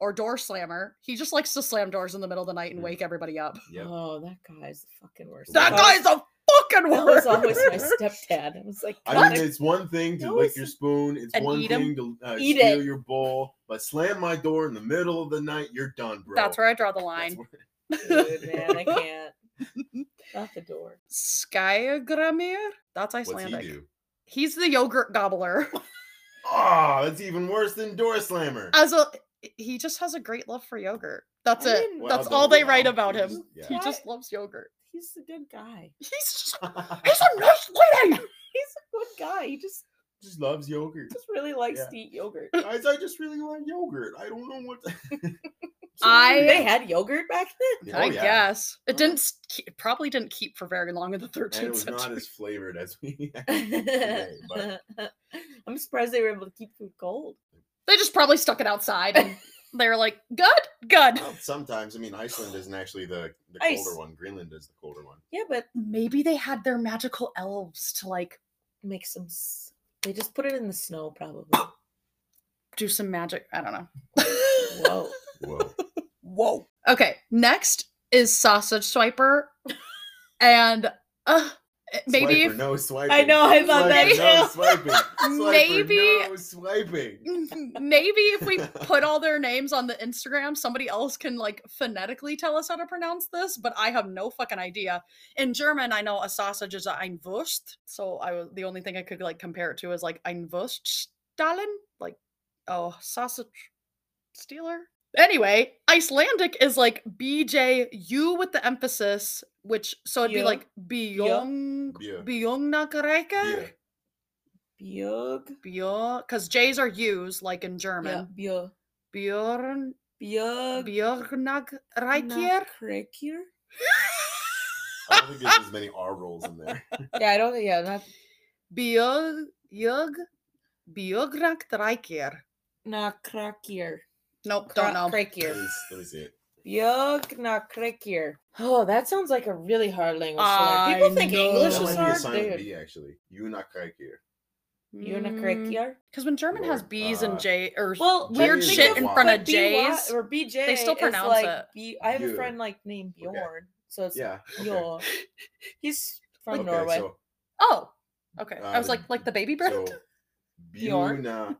S2: or door slammer. He just likes to slam doors in the middle of the night and
S3: Mm.
S2: wake everybody up.
S3: Yep.
S4: Oh, that guy's the fucking worst.
S2: That
S3: That
S2: guy's a fucking
S4: That was
S2: worst.
S4: always my stepdad. I was like,
S3: I mean,
S4: "God,
S3: it's one thing to
S4: No,
S3: lick
S4: it's-
S3: your spoon. It's
S2: and
S3: one
S2: eat 'em.
S3: thing to uh,
S4: Eat
S3: steal
S4: it.
S3: your bowl. But slam my door in the middle of the night, you're done, bro.
S2: That's where I draw the
S3: That's
S2: line.
S3: where-
S4: dude, man, I can't. Not the door.
S2: Skygramir? That's
S3: What's he
S2: Icelandic.
S3: do?
S2: He's the yogurt gobbler.
S3: Oh, that's even worse than door slammer.
S2: As a he just has a great love for yogurt. That's
S4: I
S2: it.
S4: didn't-
S3: Well,
S2: That's
S3: don't
S2: all
S3: we
S2: they write
S3: all?
S2: about
S3: You
S2: him.
S3: just-
S2: He
S4: yeah.
S2: just loves yogurt.
S4: He's a good guy.
S2: He's just he's
S3: just
S2: a nice lady.
S4: He's a good guy. He just
S3: loves yogurt.
S4: just really likes
S3: Yeah.
S4: to eat yogurt.
S3: Guys, I just really want yogurt. I don't know what.
S2: I-
S4: they had yogurt back then.
S2: I guess it
S3: Oh.
S2: didn't s- ke- it probably didn't keep for very long in the
S3: And it
S2: 13th
S3: was not
S2: century.
S3: as flavored as we had today, but
S4: I'm surprised they were able to keep food cold.
S2: They just probably stuck it outside and they're like, "Good, good."
S3: well, sometimes, I mean, Iceland isn't actually the, the
S4: Ice.
S3: colder one. Greenland is the colder one.
S4: Yeah, but
S2: Maybe they had their magical elves to like
S4: make some. s- They just put it in the snow, probably.
S2: do some magic. I don't know.
S4: Whoa.
S3: Whoa.
S2: Whoa. Okay. Next is sausage swiper, and uh, it- maybe
S3: Swiper,
S2: if,
S3: no swiping.
S4: I know. I thought
S3: Swiper, no
S4: that.
S3: swiping. Swiper,
S2: Maybe-
S3: no swiping.
S2: m- maybe if we put all their names on the Instagram, somebody else can like phonetically tell us how to pronounce this. But I have no fucking idea. In German, I know a sausage is ein Wurst, so I was the only thing I could like compare it to is like ein Wurststahlen, like oh sausage stealer. Anyway, Icelandic is like BJU with the emphasis, which so it'd be
S4: Yeah.
S2: like Bjong
S3: Yeah. Yeah.
S2: Bjorgnakareika?
S4: Björg.
S2: Bjorn because J's are U's like in German.
S4: Björg.
S2: Bjorn
S4: Björg.
S2: Bjorgnakareikir?
S4: Krekir?
S3: I don't think there's as many R rolls in there.
S4: Yeah, I don't think. Yeah, not
S2: Bjorg Bjorg Bjorgnakareikir.
S4: not Krakir.
S2: Nope,
S4: Kra-
S2: don't know.
S3: Let me,
S4: Krekir.
S3: s- let me see it.
S4: Björg, not Krekir. Oh, that sounds like a really hard language. to learn.
S2: I
S4: People think English
S2: know.
S3: that
S4: is
S3: might be a
S4: hard,
S3: silent
S4: dude.
S3: B, actually. You're not correct here.
S2: Mm.
S4: Unakrekir.
S2: Because when German has
S3: Or,
S2: B's
S3: uh,
S2: and J or
S4: Well,
S3: J
S2: weird
S3: is
S2: shit
S3: a
S2: in
S3: Y.
S2: front
S4: But
S2: of
S4: BY
S2: J's.
S4: or BJ.
S2: They still
S4: is
S2: pronounce
S4: like
S2: it.
S4: B- I have a
S3: Yeah.
S4: friend like named
S3: Okay.
S4: Bjorn, so it's
S3: Yeah. Okay.
S4: Bjorn. He's from
S3: Okay,
S4: Norway.
S3: So,
S2: Oh, okay. I was
S3: Um,
S2: like, like the baby
S3: so
S2: bird.
S4: Bjorn.
S3: Bjuna,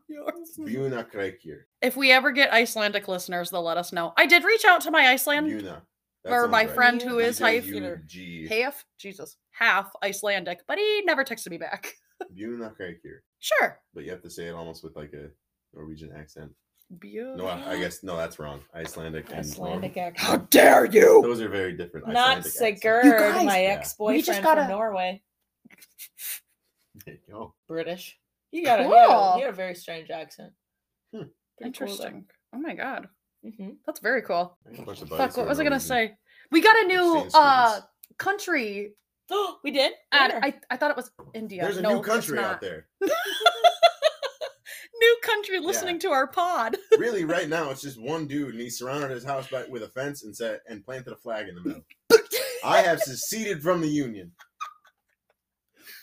S3: Bjuna Krekir.
S2: if we ever get Icelandic listeners, they'll let us know. I did reach out to my Iceland
S3: Bjuna. That
S2: or
S3: sounds
S2: my
S3: right.
S2: friend who
S4: Bjuna.
S2: is half,
S4: Bjuna.
S3: B-J-U-G.
S2: half Jesus half Icelandic, but he never texted me back.
S3: Bjuna Krekir.
S2: Sure.
S3: But you have to say it almost with like a Norwegian accent.
S2: Bjorn.
S3: No, I, I guess no, that's wrong. Icelandic and
S4: Icelandic
S3: Norway.
S2: How
S4: accent.
S2: dare you?
S3: Those are very different.
S4: Not
S3: Icelandic accents.
S2: You
S4: Sigurd,
S2: guys-
S4: my
S3: Yeah.
S2: We
S4: ex-boyfriend
S2: just
S4: from
S2: gotta-
S4: Norway.
S3: There you go.
S4: British. He got a, he had a, he
S2: Cool.
S4: had a very strange accent.
S3: Hmm.
S2: Interesting. Oh my god,
S4: hmm
S2: that's very cool.
S3: I got a bunch of buddies
S2: Fuck,
S3: who
S2: what
S3: are
S2: was I gonna
S3: Norwegian.
S2: say? We got a new
S3: Exchange
S2: uh
S3: students.
S2: country
S4: we did.
S2: ad.
S4: Where?
S2: I, I thought it was India.
S3: There's a
S2: no,
S3: new country out there.
S2: New country listening to our pod.
S3: Really, right now it's just one dude, and he surrounded his house by, with a fence and said and planted a flag in the middle. I have seceded from the union.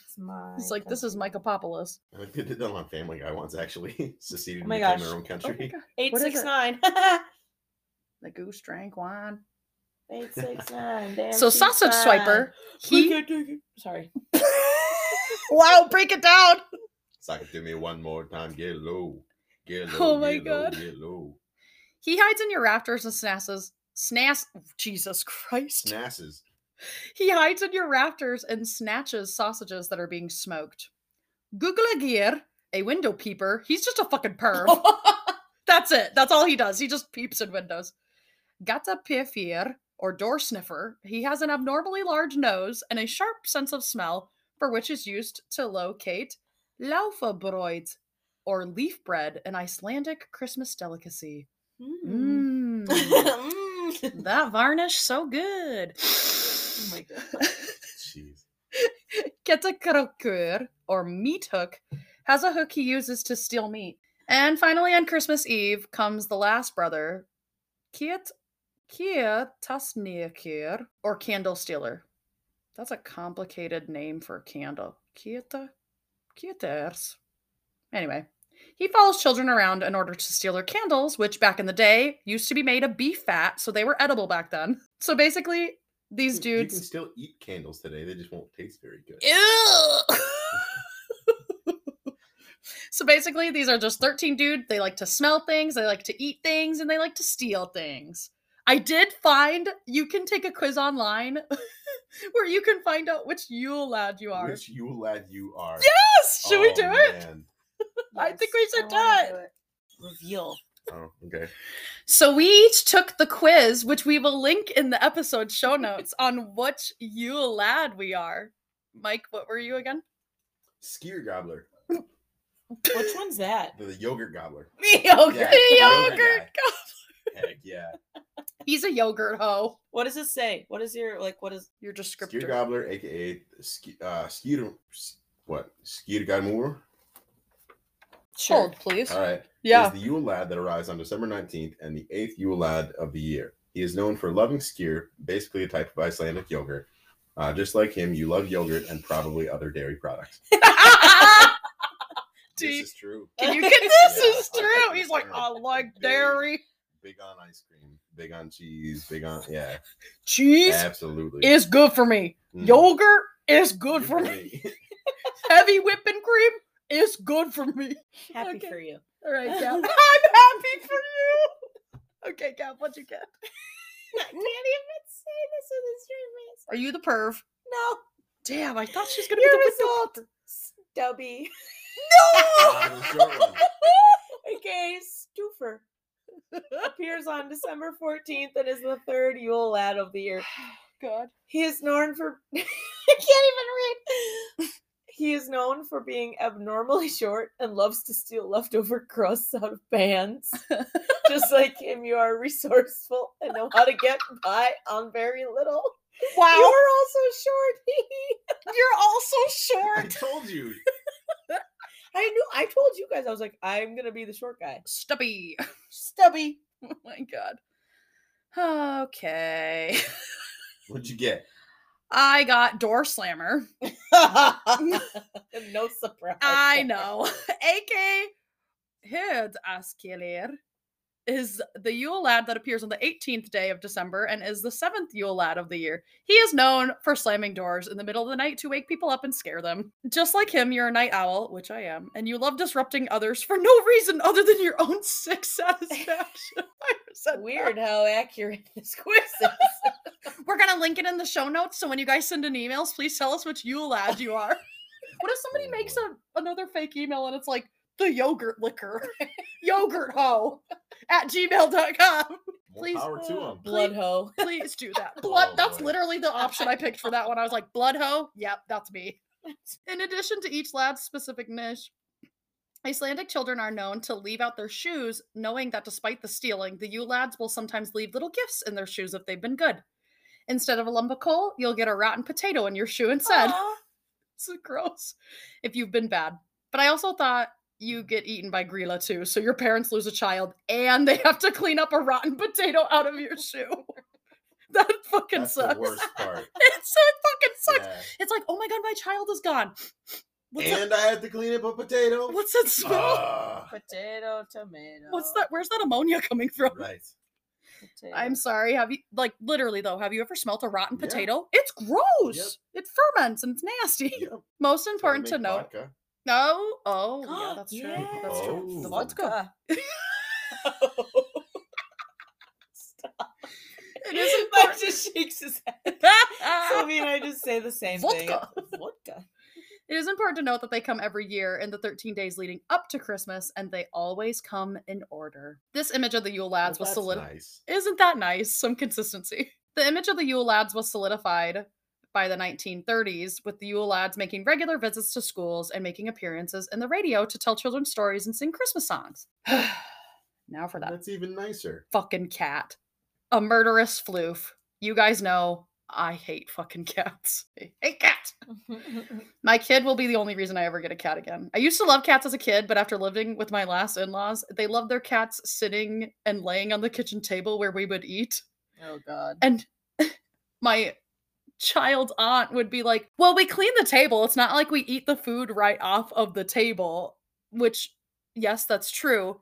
S4: It's my
S2: It's like this is Mycopopoulos.
S3: I think they did that on Family Guy once, actually. Seceded
S4: Oh
S3: and
S4: my
S3: became
S4: gosh.
S3: their own
S2: Oh my
S3: country.
S2: god.
S4: eight
S2: what is
S4: six
S2: it?
S4: nine.
S2: The goose drank wine.
S4: Eight six nine. Damn
S2: so
S4: she's
S2: sausage
S4: fine.
S2: swiper.
S4: We
S2: He
S4: could do- Sorry.
S2: Wow, break it down.
S3: It's like, do me one more time. Get low. Get low.
S2: Oh my
S3: get low,
S2: God.
S3: get low.
S2: He hides in your rafters and snasses. Snass Jesus Christ.
S3: Snasses.
S2: He hides in your rafters and snatches sausages that are being smoked. Guglagir, a window peeper. He's just a fucking perv.
S4: Mm.
S2: That's it. That's all he does. He just peeps in windows. Gatapifir, or door sniffer, he has an abnormally large nose and a sharp sense of smell, for which is used to locate laufabroid, or leaf bread, an Icelandic Christmas delicacy.
S4: Mm.
S2: Mmm.
S4: Mm.
S2: that varnish, so good.
S4: Oh my god.
S3: Jeez.
S2: Ketakarakur, or meat hook, has a hook he uses to steal meat. And finally, on Christmas Eve comes the last brother, Kiet Kietasniakir, or candle stealer. That's a complicated name for a candle. Kieta Kieters. Anyway, he follows children around in order to steal their candles, which back in the day used to be made of beef fat, so they were edible back then. So basically, these
S3: You- You
S2: dudes
S3: can still eat candles today. They just won't taste very good.
S2: Ew. so basically, these are just 13 dude. They like to smell things, they like to eat things, and they like to steal things. I did find you can take a quiz online where you can find out which Yule lad you are.
S3: Which you lad you are.
S2: Yes, should we
S3: Oh,
S2: do it?
S3: man.
S2: I think we should
S4: wanna
S2: do
S4: it. Reveal.
S3: Oh, okay.
S2: So we each took the quiz, which we will link in the episode show notes on which Yule lad we are. Mike, what were you again?
S3: Skier gobbler.
S4: Which one's that?
S3: The yogurt gobbler.
S4: Mediocre.
S3: Yeah,
S2: The yogurt
S3: yogurt guy.
S2: guy.
S3: Heck yeah.
S2: He's a yogurt hoe.
S4: What does it say? What is your like? What is?
S2: Your
S3: Skier
S2: descriptor.
S3: gobbler, aka ski, uh, skier. What? Skier gobbler?
S2: Hold, please.
S3: All right.
S2: Yeah.
S3: is the Yule lad that arrives on December 19th and the eighth Yule lad of the year. He is known for loving skyr, basically a type of Icelandic yogurt. Uh, just like him, you love yogurt and probably other dairy products.
S2: Do you-
S3: this is true.
S2: Can you get this?
S3: Yeah,
S2: is
S3: I- I
S2: true.
S3: can
S2: He's like, I
S3: understand.
S2: like
S3: Very
S2: dairy.
S3: Big on ice cream, big on cheese, big on yeah,
S2: Cheese
S3: absolutely.
S2: is good for me.
S3: Mm,
S2: Yogurt is good for me. Heavy whipping cream is good for me.
S4: Happy
S2: Okay.
S4: for you.
S2: All right, Gab. I'm happy for you. Okay, Gab, what'd you get?
S4: I can't even say this with a straight face.
S2: Are you the perv?
S4: No,
S2: Damn, I thought she was gonna be
S4: you're
S2: the
S4: adult. Stubby.
S2: No!
S3: Ah, the short one.
S4: okay, stoofer. appears on December 14th and is the third Yule lad of the year.
S2: Good.
S4: He is known for I can't even read. He is known for being abnormally short and loves to steal leftover crusts out of pans. Just like him, you are resourceful and know how to get by on very little.
S2: Wow.
S4: You are also short.
S2: You're also
S3: I
S2: short.
S3: told you.
S4: I knew. I told you guys. I was like, I'm gonna be the short guy.
S2: Stubby.
S4: Stubby.
S2: Oh my god. Okay.
S3: What'd you get?
S2: I got Door Slammer.
S4: no surprise.
S2: I
S4: there.
S2: know. AK Hid Askilir is the Yule lad that appears on the 18th day of December and is the seventh Yule lad of the year. He is known for slamming doors in the middle of the night to wake people up and scare them. Just like him, you're a night owl, which I am, and you love disrupting others for no reason other than your own sick satisfaction. I said that.
S4: Weird how accurate this quiz is.
S2: We're gonna link it in the show notes. So when you guys send in emails, please tell us which Yule lad you are. what if somebody
S3: Oh,
S2: makes
S3: Lord.
S2: a, another fake email and it's like the yogurt liquor, yogurt ho at gmail.com?
S3: More
S2: Please,
S3: power to him.
S4: Blood hoe.
S2: Please do that. Blood,
S3: Oh,
S2: that's
S3: boy.
S2: literally the option I picked for that one. I was like, blood hoe? Yep, that's me. In addition to each lad's specific niche, Icelandic children are known to leave out their shoes, knowing that despite the stealing, the Yule lads will sometimes leave little gifts in their shoes if they've been good. Instead of a lump of coal, you'll get a rotten potato in your shoe instead.
S4: Aw.
S2: It's gross if you've been bad. But I also thought you get eaten by Grilla too, so your parents lose a child and they have to clean up a rotten potato out of your shoe. That fucking
S3: That's
S2: sucks.
S3: the worst part.
S2: It's so it fucking sucks.
S3: Yeah.
S2: It's like, oh my god, my child is gone. What's that,
S3: And I had to clean up a potato.
S2: what's that smell?
S3: Ah,
S4: Potato, tomato.
S2: what's that? Where's that ammonia coming from?
S3: right.
S4: Potato.
S2: I'm sorry. Have you like literally though? Have you ever smelt a rotten
S3: Yeah.
S2: potato? It's gross. It ferments and it's nasty.
S3: Yep. Gotta
S2: Most important to
S3: make
S2: note.
S3: vodka.
S2: No. Oh, yeah, that's true. That's true. The
S3: Oh.
S2: vodka.
S4: Stop.
S2: It is
S4: Mike
S2: important.
S4: just shakes his head.
S2: it
S4: Sylvia and I just say the same
S2: Vodka.
S4: thing. Vodka.
S2: is important to note that they come every year in the 13 days leading up to Christmas, and they always come in order. This image of the Yule lads
S3: Well,
S2: was
S3: Oh, that's
S2: solid.
S3: Nice.
S2: Isn't that nice? Some consistency. The image of the Yule lads was solidified by the 1930s, with the Yule lads making regular visits to schools and making appearances in the radio to tell children stories and sing Christmas songs. now for that
S3: That's even nicer.
S2: fucking cat. A murderous floof. You guys know I hate fucking cats. I hate cats. My kid will be the only reason I ever get a cat again. I used to love cats as a kid, but after living with my last in laws, they loved their cats sitting and laying on the kitchen table where we would eat.
S4: oh God.
S2: And my child aunt would be like, Well, we clean the table. It's not like we eat the food right off of the table, which, yes, that's true.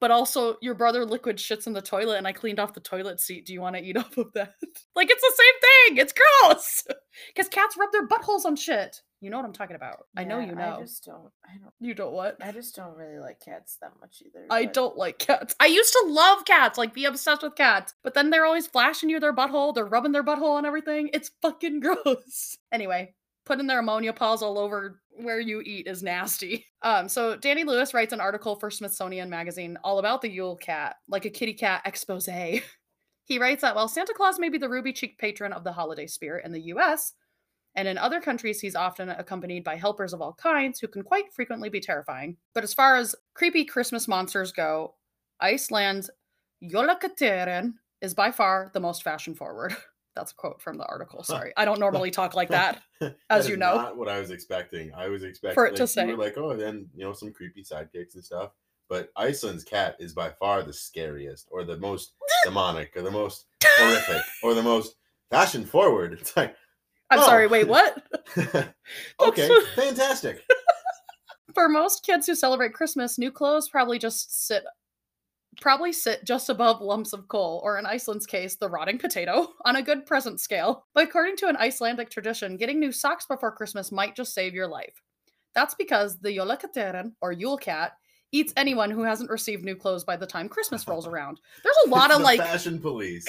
S2: But also, your brother liquid shits in the toilet, and I cleaned off the toilet seat. Do you want to eat off of that? like, it's the same thing. It's gross. Because cats rub their buttholes on shit. You know what I'm talking about. I know
S4: Yeah,
S2: you know.
S4: I just don't. I don't.
S2: You don't what?
S4: I just don't really like cats that much either.
S2: I
S4: but-
S2: don't like cats. I used to love cats, like be obsessed with cats, but then they're always flashing you their butthole, they're rubbing their butthole on everything. It's fucking gross. Anyway, putting their ammonia paws all over where you eat is nasty. Um, so Danny Lewis writes an article for Smithsonian Magazine all about the Yule Cat, like a kitty cat expose. he writes that while Santa Claus may be the ruby cheeked patron of the holiday spirit in the US, and in other countries, he's often accompanied by helpers of all kinds who can quite frequently be terrifying. But as far as creepy Christmas monsters go, Iceland's Jolakateren is by far the most fashion forward. That's a quote from the article. Sorry. I don't normally talk like that.
S3: That
S2: as
S3: is
S2: you know.
S3: not what I was expecting. I was expecting
S2: it to
S3: like,
S2: say.
S3: You were like, oh, then you know some creepy sidekicks and stuff. But Iceland's cat is by far the scariest, or the most demonic, or the most horrific, or the most fashion forward. It's like,
S2: I'm
S3: Oh.
S2: sorry. Wait, what?
S3: okay, fantastic.
S2: For most kids who celebrate Christmas, new clothes probably just sit probably sit just above lumps of coal, or in Iceland's case, the rotting potato, on a good present scale. But according to an Icelandic tradition, getting new socks before Christmas might just save your life. That's because the Jolakateren, or Yule Cat, eats anyone who hasn't received new clothes by the time Christmas rolls around. There's a lot
S3: It's
S2: of
S3: the
S2: like
S3: fashion police.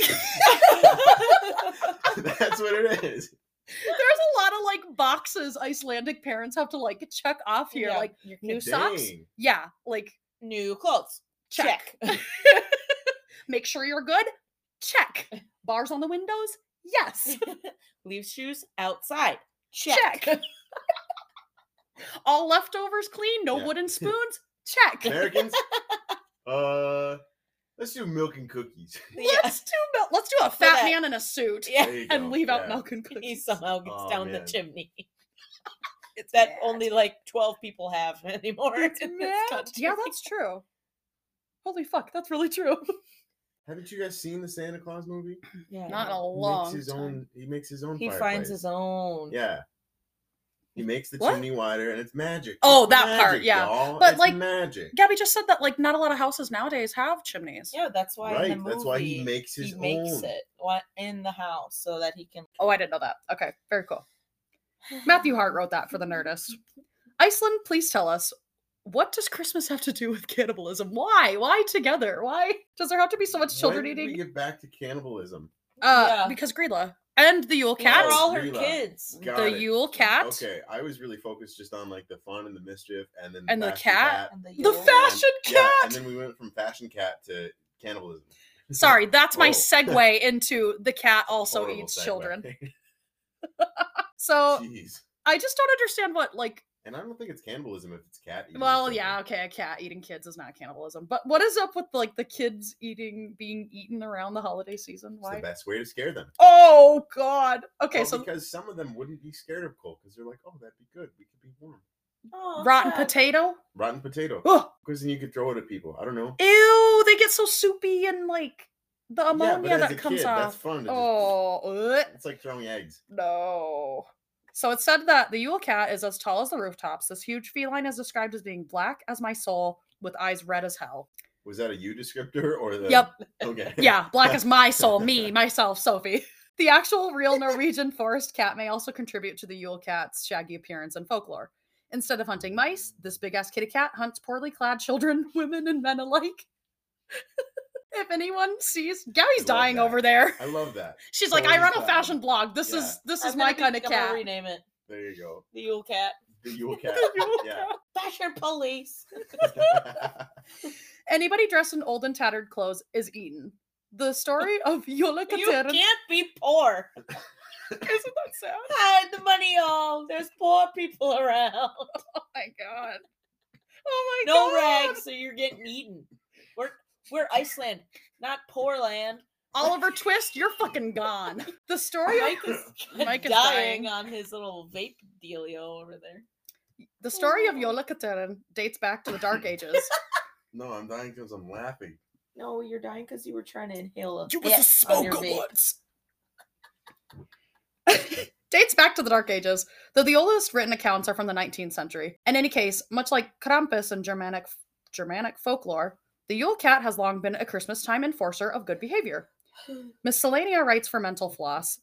S3: That's what it is.
S2: there's a lot of like boxes Icelandic parents have to like check off here.
S4: Yeah,
S2: Like
S4: your
S2: new
S4: kid-
S2: socks?
S3: Dang.
S2: Yeah, like
S4: new clothes.
S2: check. Make sure you're good. Check. Bars on the windows. Yes.
S4: Leave shoes outside.
S2: Check. All leftovers clean. No
S3: Yeah.
S2: wooden spoons. Check.
S3: Americans, uh, let's do milk and cookies.
S4: Yeah.
S2: Let's do mil- let's do a
S4: For
S2: fat
S4: that-
S2: man in a suit
S4: Yeah.
S3: There you
S2: and
S3: go,
S2: leave out
S3: yeah.
S2: milk and
S4: He
S2: cookies.
S4: somew gets
S3: Oh,
S4: down
S3: man.
S4: the chimney.
S2: It's
S4: That
S2: mad.
S4: only like 12 people have anymore.
S2: It's
S4: in this
S2: mad.
S4: country.
S2: Yeah, that's true. Holy fuck, that's really true.
S3: Haven't you guys seen the Santa Claus movie?
S4: Yeah.
S2: Not in a
S3: He
S2: long
S3: makes his
S2: time.
S3: own. He makes his own.
S4: He
S3: fireplace.
S4: finds his own.
S3: Yeah. He makes the
S2: What?
S3: chimney wider, and it's magic.
S2: Oh,
S3: It's
S2: that part,
S3: magic,
S2: yeah.
S3: y'all.
S2: But,
S3: It's
S2: like,
S3: magic.
S2: Gabby just said that like not a lot of houses nowadays have chimneys.
S4: Yeah, that's why.
S3: right.
S4: In the movie,
S3: That's why he makes
S4: he
S3: his
S4: makes
S3: own.
S4: it wha- in the house so that he can.
S2: Oh, I didn't know that. Okay, very cool. Matthew Hart wrote that for the Nerdist. Iceland, please tell us what does Christmas have to do with cannibalism? Why? Why together? Why does there have to be so much children
S3: When did
S2: eating?
S3: We get back to cannibalism.
S2: uh,
S4: Yeah.
S2: because Grilla and the Yule
S4: They're
S2: Cat,
S3: Cats?
S4: all her
S3: Rila.
S4: kids.
S3: Got
S2: the
S3: it.
S2: Yule Cat,
S3: Okay, I was really focused just on like the fun and the mischief, and then
S2: And the
S3: fashion
S2: cat?
S4: And
S2: the
S4: Yule.
S2: fa- Fashion
S3: Yeah,
S2: cat!
S3: and then we went from fashion cat to cannibalism.
S2: Sorry, that's my
S3: Whoa.
S2: segue into the cat also
S3: Oh. Horrible
S2: eats
S3: segue.
S2: children. Oh. So
S3: Jeez.
S2: I just don't understand what like
S3: And I don't think it's cannibalism if it's cat. eating
S2: well,
S3: children.
S2: yeah, okay, a cat eating kids is not cannibalism. But what is up with like the kids eating being eaten around the holiday season?
S3: It's the
S2: Why?
S3: best way to scare them.
S2: Oh god. Okay,
S3: Well,
S2: so
S3: because some of them wouldn't be scared of cold because they're like, oh, that'd be good. We could be warm.
S4: Aw,
S2: rotten
S4: cat.
S2: potato?
S3: Rotten potato.
S2: Ugh.
S3: Because then you could throw it at people. I don't know.
S2: Ew, they get so soupy and like the ammonia
S3: yeah, but as a
S2: that comes
S3: kid, That's
S2: off.
S3: fun. to just-
S2: Oh, ugh.
S3: It's like throwing eggs.
S2: No. So it said that the Yule Cat is as tall as the rooftops. This huge feline is described as being black as my soul with eyes red as hell.
S3: Was that a you descriptor or the?
S2: Yep.
S3: Okay.
S2: Yeah, black as my soul, me, myself, Sophie. The actual real Norwegian forest cat may also contribute to the Yule Cat's shaggy appearance and folklore. Instead of hunting mice, this big ass kitty cat hunts poorly clad children, women, and men alike. if anyone sees Gabby's
S3: love
S2: dying
S3: that.
S2: over there.
S3: I love that.
S2: She's like, I
S3: Poorly
S2: run a
S3: clad."
S2: fashion blog. This
S3: Yeah.
S2: is this
S4: I'm
S2: is my
S4: gonna
S2: kind
S4: be-
S2: of
S4: I'm gonna
S2: cat.
S4: rename it
S3: There you go.
S4: the Yule Cat.
S3: The Yule cat. yeah.
S4: Fashion police.
S2: Anybody dressed in old and tattered clothes is eaten. The story of Yola
S4: you
S2: Katerin.
S4: can't be poor.
S2: Isn't that sad?
S4: Hide the money all. There's poor people around.
S2: Oh my god. Oh my
S4: No
S2: god.
S4: rags, so you're getting eaten. We're we're Iceland, not poor land.
S2: Oliver Twist, you're fucking gone. The story of
S4: Mike is
S2: Mike is
S4: dying
S2: dying.
S4: on his little vape dealio over there.
S2: the story of Yola Katerin dates back to the Dark Ages.
S3: no, I'm dying because I'm laughing.
S4: No, you're dying because you were trying to inhale a
S2: You was
S4: bit
S2: a
S4: on your
S2: smoker
S4: vape.
S2: once. Dates back to the Dark Ages, though the oldest written accounts are from the 19th century. In any case, much like Krampus in Germanic Germanic folklore, the Yule Cat has long been a Christmas time enforcer of good behavior. Miscellanea writes for Mental Floss.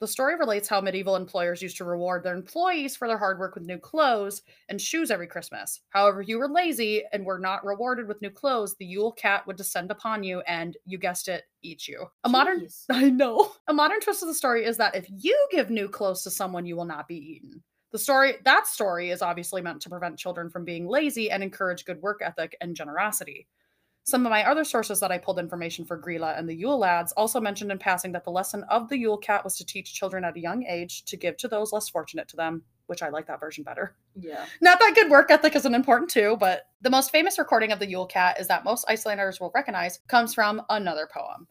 S2: The story relates how medieval employers used to reward their employees for their hard work with new clothes and shoes every Christmas. However, if you were lazy and were not rewarded with new clothes, the Yule Cat would descend upon you and, you guessed it, eat you. A modern
S4: Jeez.
S2: I know. A modern twist of the story is that if you give new clothes to someone, you will not be eaten. The story that story is obviously meant to prevent children from being lazy and encourage good work ethic and generosity. Some of my other sources that I pulled information for Grilla and the Yule Lads also mentioned in passing that the lesson of the Yule Cat was to teach children at a young age to give to those less fortunate to them, which I like that version better.
S4: Yeah.
S2: Not that good work ethic isn't important too, but the most famous recording of the Yule Cat is that most Icelanders will recognize comes from another poem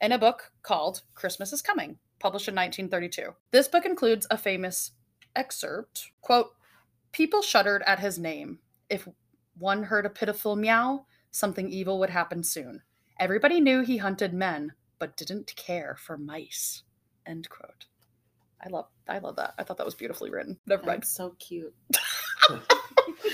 S2: in a book called Christmas is Coming, published in 1932. This book includes a famous excerpt quote, People shuddered at his name. If one heard a pitiful meow, something evil would happen soon. Everybody knew he hunted men, but didn't care for mice. End quote. I love I love that. I thought that was beautifully written. Never mind
S4: That's so cute.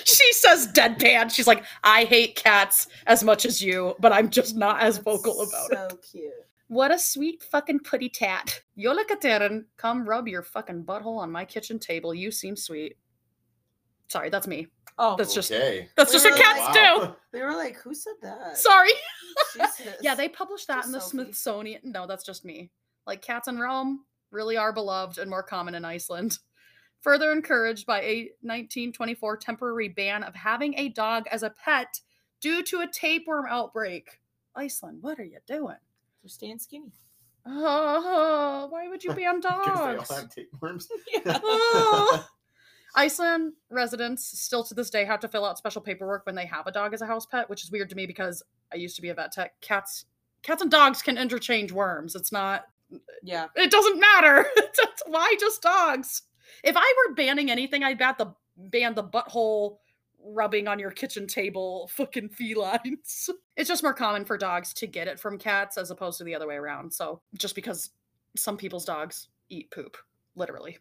S2: she says deadpan. She's like, I hate cats as much as you, but I'm just not as vocal about it.
S4: So cute.
S2: What a sweet fucking putty tat. Yola Katerin, come rub your fucking butthole on my kitchen table. You seem sweet. Sorry, that's me.
S4: Oh,
S2: That's just
S3: okay.
S2: that's
S4: We
S2: just what
S4: were like-
S2: cats do.
S3: Wow.
S4: they were like, who said that?
S2: Sorry.
S4: Jesus.
S2: Yeah, they published that
S4: Just
S2: in the
S4: Sophie.
S2: Smithsonian. No, that's just me. Like cats in Rome really are beloved and more common in Iceland. Further encouraged by a 1924 temporary ban of having a dog as a pet due to a tapeworm outbreak. Iceland, what are you doing?
S4: They're staying skinny.
S2: Oh, why would you be on
S3: Because they
S2: dogs?
S3: all have tapeworms.
S4: Yeah.
S2: Oh. Iceland residents still to this day have to fill out special paperwork when they have a dog as a house pet, which is weird to me because I used to be a vet tech. Cats, cats and dogs can interchange worms. It's not.
S4: Yeah.
S2: It doesn't matter. That's Why just dogs? If I were banning anything, I'd bat the ban the butthole rubbing on your kitchen table. Fucking felines. It's just more common for dogs to get it from cats as opposed to the other way around. So just because some people's dogs eat poop, literally.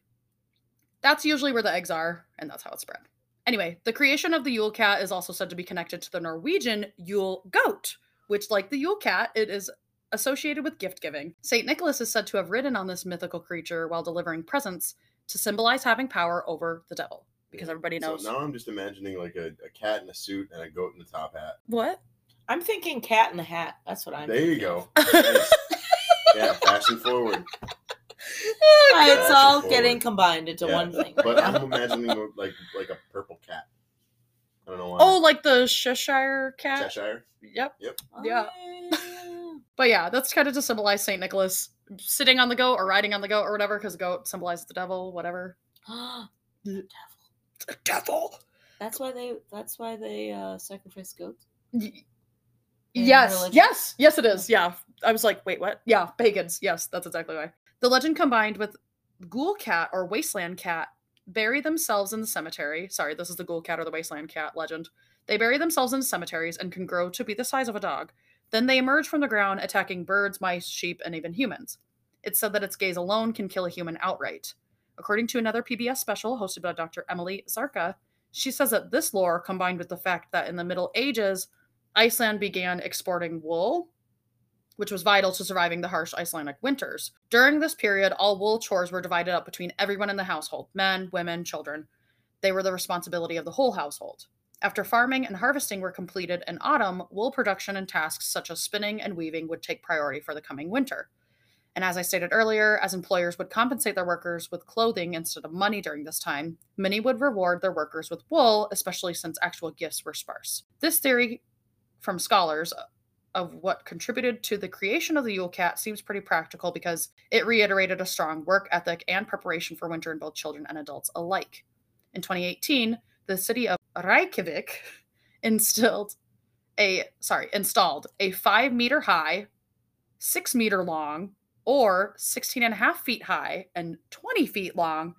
S2: That's usually where the eggs are, and that's how it's spread. Anyway, the creation of the Yule cat is also said to be connected to the Norwegian Yule goat, which, like the Yule cat, it is associated with gift giving. St. Nicholas is said to have ridden on this mythical creature while delivering presents to symbolize having power over the devil, because everybody
S3: So
S2: knows.
S3: now I'm just imagining like a, a cat in a suit and a goat in a top hat.
S2: What?
S4: I'm thinking cat in the hat. That's what I'm
S3: There you
S4: thinking.
S3: go. Nice. yeah, fashion forward.
S4: Uh,
S3: That's
S4: It's
S3: a
S4: all
S3: forward.
S4: getting combined into
S3: Yeah,
S4: one thing.
S3: But I'm imagining more like like a purple cat. I don't know why.
S2: Oh, like the Cheshire cat?
S3: Cheshire.
S2: Yep.
S4: Oh,
S2: yeah.
S4: yeah.
S2: But yeah, that's kind of to symbolize St. Nicholas sitting on the goat or riding on the goat or whatever, because goat symbolizes the devil, whatever.
S4: Oh. The devil.
S2: The devil!
S4: That's why they. That's why they uh, sacrifice goats.
S2: Y-
S4: in
S2: yes,
S4: religion.
S2: yes, yes, it is. Yeah. I was like, wait, what? Yeah, pagans. Yes, that's exactly why. The legend combined with ghoul cat or wasteland cat bury themselves in the cemetery. Sorry, this is the ghoul cat or the wasteland cat legend. They bury themselves in cemeteries and can grow to be the size of a dog. Then they emerge from the ground, attacking birds, mice, sheep, and even humans. It's said that its gaze alone can kill a human outright. According to another PBS special hosted by Dr. Emily Zarka, she says that this lore, combined with the fact that in the Middle Ages, Iceland began exporting wool, which was vital to surviving the harsh Icelandic winters. During this period, all wool chores were divided up between everyone in the household men, women, children. They were the responsibility of the whole household. After farming and harvesting were completed in autumn, wool production and tasks such as spinning and weaving would take priority for the coming winter. And as I stated earlier, as employers would compensate their workers with clothing instead of money during this time, many would reward their workers with wool, especially since actual gifts were sparse. This theory from scholars of what contributed to the creation of the Yule Cat seems pretty practical because it reiterated a strong work ethic and preparation for winter in both children and adults alike. In 2018, the city of Reykjavik instilled a sorry installed a five meter high, six meter long, or 16 and a half feet high and 20 feet long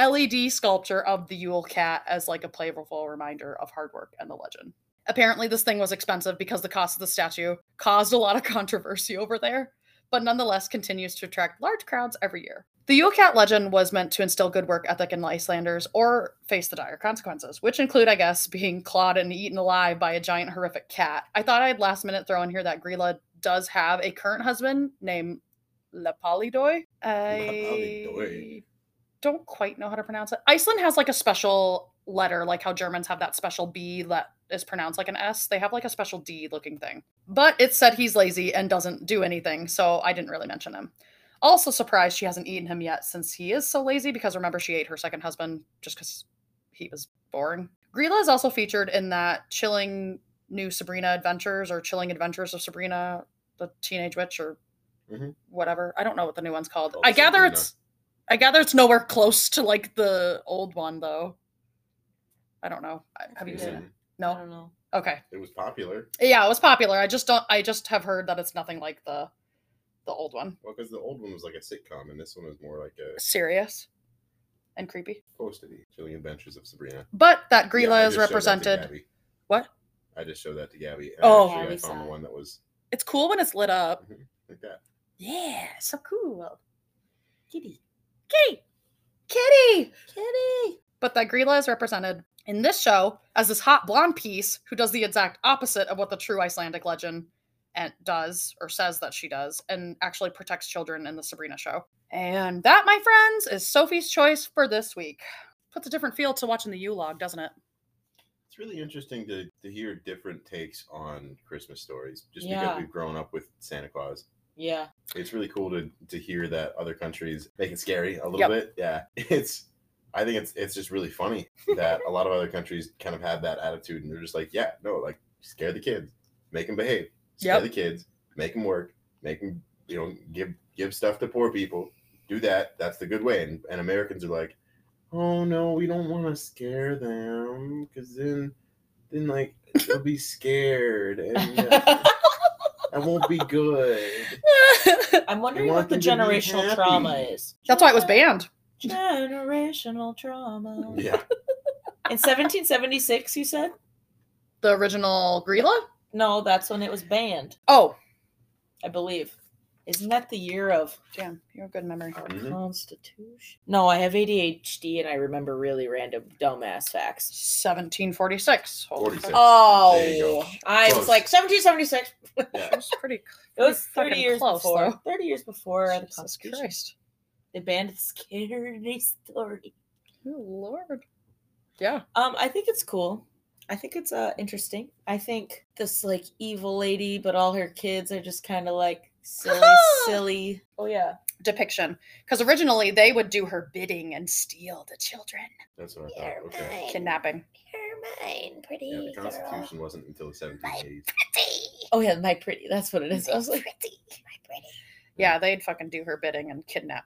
S2: LED sculpture of the Yule Cat as like a playful reminder of hard work and the legend. Apparently, this thing was expensive because the cost of the statue caused a lot of controversy over there, but nonetheless continues to attract large crowds every year. The Yule Cat legend was meant to instill good work ethic in Icelanders or face the dire consequences, which include, I guess, being clawed and eaten alive by a giant horrific cat. I thought I'd last minute throw in here that Grilla does have a current husband named Lepalidoy. I
S3: Lepalidoi.
S2: don't quite know how to pronounce it. Iceland has like a special letter, like how Germans have that special B that is pronounced like an S. They have like a special D looking thing. But it said he's lazy and doesn't do anything, so I didn't really mention him. Also surprised she hasn't eaten him yet since he is so lazy because remember she ate her second husband just because he was boring. Grilla is also featured in that chilling new Sabrina Adventures or Chilling Adventures of Sabrina the Teenage Witch or
S3: Mhm.
S2: whatever. I don't know what the new one's called.
S3: Called
S2: I gather
S3: Sabrina.
S2: it's I gather it's nowhere close to like the old one though. I don't know. I- Have you seen it?
S4: Yeah.
S3: Mhm.
S4: I
S2: No.
S4: don't know.
S2: Okay.
S3: It was popular.
S2: Yeah, it was popular. I just don't. I just have heard that it's nothing like the the old one.
S3: Well, because the old one was like a sitcom, and this one was more like a
S2: Serious and creepy.
S3: supposed to be Chilling Adventures of Sabrina.
S2: But that
S3: Yeah,
S2: Grilla
S3: I
S2: is
S3: just showed that to
S2: represented.
S3: Gabby.
S2: What?
S3: I just showed that to Gabby. and
S2: Oh.
S3: actually, I
S4: Gabby
S3: found
S4: saw
S3: the
S4: it.
S3: one that was
S2: It's cool when it's lit up.
S3: like that.
S2: Yeah, so cool.
S4: Kitty.
S2: Kitty, kitty.
S4: Kitty.
S2: But that Grilla is represented in this show as this hot blonde piece who does the exact opposite of what the true Icelandic legend and does or says that she does, and actually protects children in the Sabrina show. And that, my friends, is Sophie's choice for this week. Puts a different feel to watching the U log, doesn't it?
S3: It's really interesting to, to hear different takes on Christmas stories, just
S4: Yeah.
S3: because we've grown up with Santa Claus.
S4: Yeah.
S3: It's really cool to to hear that other countries make it scary a little
S2: Yep.
S3: bit. Yeah, it's. I think it's it's just really funny that a lot of other countries kind of have that attitude, and they're just like, yeah, no, like scare the kids, make them behave, Yeah,
S2: Yep.
S3: the kids, make them work, make them, you know, give give stuff to poor people. Do that. That's the good way. And, and Americans are like, oh no, we don't want to scare them because then, then like they'll be scared and uh, that won't be good.
S4: I'm wondering
S3: want
S4: what the
S3: them to be
S4: generational trauma
S3: happy.
S4: is.
S2: That's why it was banned.
S4: Generational trauma.
S3: Yeah,
S4: In 1776, you said?
S2: The original Grilla?
S4: No, that's when it was banned,
S2: Oh,
S4: I believe. Isn't that the year of
S2: damn. You have a good memory.
S4: our
S3: Mhm.
S4: Constitution? No, I have ADHD and I remember really random dumbass facts.
S2: 1746. Holy
S3: forty six.
S2: crap.
S4: Oh,
S3: There you go.
S4: I was
S3: Close.
S4: like 1776.
S2: That was pretty
S4: It was
S2: Pretty
S4: 30 years
S2: fucking close,
S4: before.
S2: though.
S4: 30 years before uh, the
S2: Jesus
S4: Constitution.
S2: Christ.
S4: They banned the scary story.
S2: Oh, Lord. Yeah.
S4: Um, I think it's cool. I think it's uh interesting. I think this like evil lady, but all her kids are just kind of like silly, silly. Oh yeah,
S2: Depiction. Because originally they would do her bidding and steal the children.
S3: That's what I thought. Okay.
S2: Kidnapping.
S5: Hermione, pretty
S3: Yeah, the
S5: girl.
S3: Constitution wasn't until the 1780s.
S5: Pretty,
S4: oh yeah, my pretty. That's what it is. I was like,
S5: pretty, my pretty.
S2: Yeah, they'd fucking do her bidding and kidnap.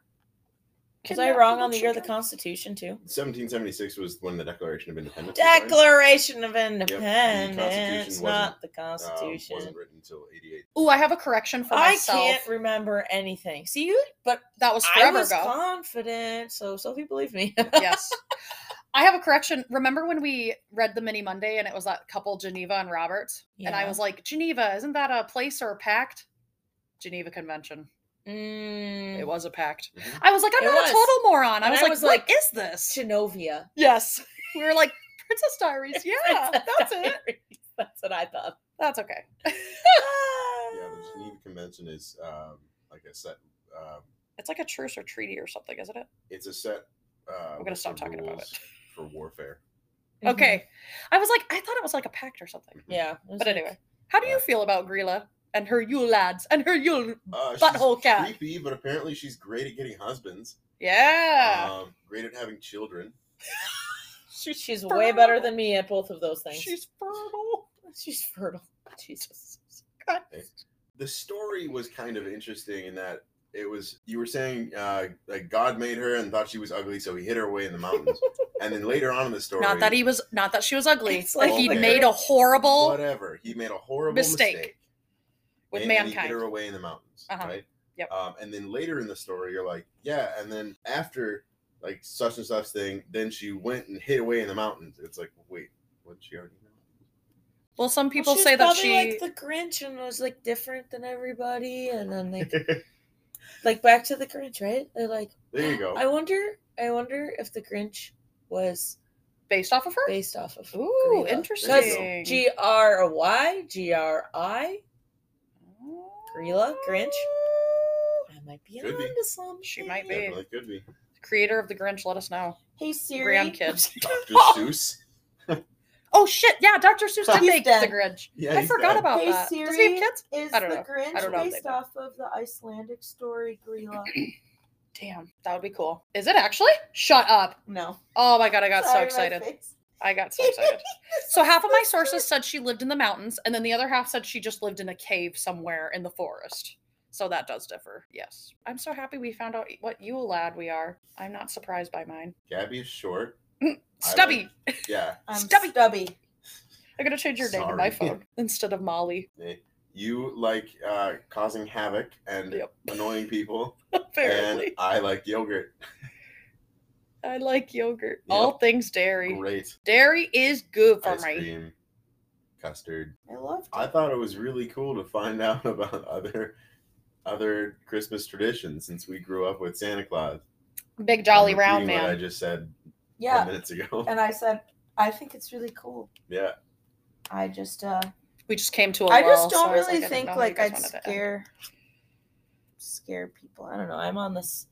S4: was I wrong on the year of the Constitution too?
S3: 1776 was when the Declaration of Independence. was signed.
S4: Declaration of
S3: Constitution
S4: Independence,
S3: wasn't,
S4: not the
S3: Um,
S4: Constitution.
S3: wasn't written until 88.
S2: Ooh, I have a correction for
S4: I
S2: myself.
S4: can't remember anything. See you, but
S2: That was
S4: I
S2: forever
S4: was
S2: ago.
S4: confident. So Sophie believed me.
S2: yes. I have a correction. Remember when we read the Mini Monday and it was that couple Geneva and Roberts? And I
S4: Yeah.
S2: was like, Geneva, isn't that a place or a pact? Geneva Convention.
S4: Mm,
S2: It was a pact.
S3: Mhm.
S2: I was like, I'm
S4: It
S2: not
S4: was.
S2: a total moron. I
S4: And
S2: was,
S4: I
S2: like,
S4: was
S2: what
S4: like,
S2: is this?
S4: Genovia.
S2: yes. We were like, Princess Diaries. Yeah, that's it.
S4: That's what I thought.
S2: That's okay.
S3: Yeah, the Geneva Convention is um, like a set. Um,
S2: It's like a truce or treaty or something, isn't it?
S3: it's a set. Uh,
S2: We're gonna stop talking about it.
S3: for warfare.
S4: Mhm.
S2: Okay. I was like, I thought it was like a pact or something.
S4: Yeah. it was
S2: But
S4: like-
S2: anyway, how do you
S3: Yeah.
S2: feel about Grilla and her Yule lads and her Yule
S3: Uh, she's
S2: butthole cat?
S3: Creepy, but apparently she's great at getting husbands.
S2: Yeah.
S3: Um, great at having children.
S4: She- she's way better than me at both of those things.
S2: She's fertile.
S4: she's fertile. Jesus.
S3: The story was kind of interesting in that it was you were saying uh, like God made her and thought she was ugly, so he hid her away in the mountains. and then later on in the story,
S2: Not that he was not that she was ugly.
S4: It's
S2: like
S4: like
S2: he
S3: the
S2: made a
S4: girl-
S2: horrible
S3: whatever he made a horrible
S2: Mistake.
S3: mistake.
S2: with
S3: and, And he
S2: mankind.
S3: hid her away in the mountains,
S2: Uh-huh.
S3: right?
S2: Yep.
S3: Um, and then later in the story, you're like, yeah. And then after like such and such thing, then she went and hid away in the mountains. It's like, wait, what she already know?
S2: Well, some people
S4: She's
S2: say that
S4: probably
S2: she
S4: like the Grinch and was like different than everybody, and then like like back to the Grinch, right? They're like,
S3: there you go.
S4: I wonder, I wonder if the Grinch was
S2: based off of her.
S4: based off of.
S2: Ooh,
S4: Grilla.
S2: interesting.
S4: That's G R Y G R I Grilla Grinch. I might be
S3: Could be.
S4: onto something.
S2: She might be.
S3: Definitely could be.
S2: Creator of the Grinch, let us know.
S4: Hey Siri.
S2: Graham kids.
S3: Dr. Seuss.
S2: Oh shit! Yeah, Dr. Seuss did
S4: He's
S2: make the
S4: dead.
S2: Grinch.
S3: Yeah,
S2: I
S3: he's
S2: forgot
S3: dead.
S2: about
S4: Hey
S2: that. Does he
S4: Siri.
S2: have kids?
S4: Is
S2: I don't know.
S4: the Grinch
S2: I don't know if they
S4: based
S2: know.
S4: off of the Icelandic story Grilla?
S2: Damn, that would be cool. Is it actually? Shut up!
S4: No.
S2: Oh my god, I got
S4: Sorry,
S2: so
S4: my
S2: excited.
S4: face.
S2: I got so excited. So half of my sources said she lived in the mountains, and then the other half said she just lived in a cave somewhere in the forest. So that does differ. Yes. I'm so happy we found out what Yule lad we are. I'm not surprised by mine.
S3: Gabby is short. like-
S2: Stubby.
S3: Yeah.
S4: I'm
S2: Stubby.
S4: stubby. stubby.
S2: I'm gonna change your name to my
S3: Sorry.
S2: phone instead of Molly.
S3: Eh. You like uh, causing havoc and
S2: Yep.
S3: annoying people, and
S2: Apparently.
S3: I like yogurt.
S2: I like yogurt.
S3: Yep.
S2: All things dairy.
S3: Great
S2: Dairy is good for
S3: ice
S2: me.
S3: cream, custard.
S4: I loved
S3: I thought it was really cool to find out about other other Christmas traditions since we grew up with Santa Claus.
S2: Big jolly
S3: I'm
S2: round
S3: repeating What I
S2: man.
S3: just said ten
S4: Yeah.
S3: minutes ago.
S4: And I said, I think it's really cool.
S3: yeah,
S4: I just uh
S2: We just came to a
S4: I
S2: wall,
S4: just
S2: so
S4: don't
S2: I was
S4: really
S2: like, I didn't
S4: think
S2: know how you
S4: like
S2: guys
S4: I'd
S2: wanted to end.
S4: scare scare people. I don't know. I'm on this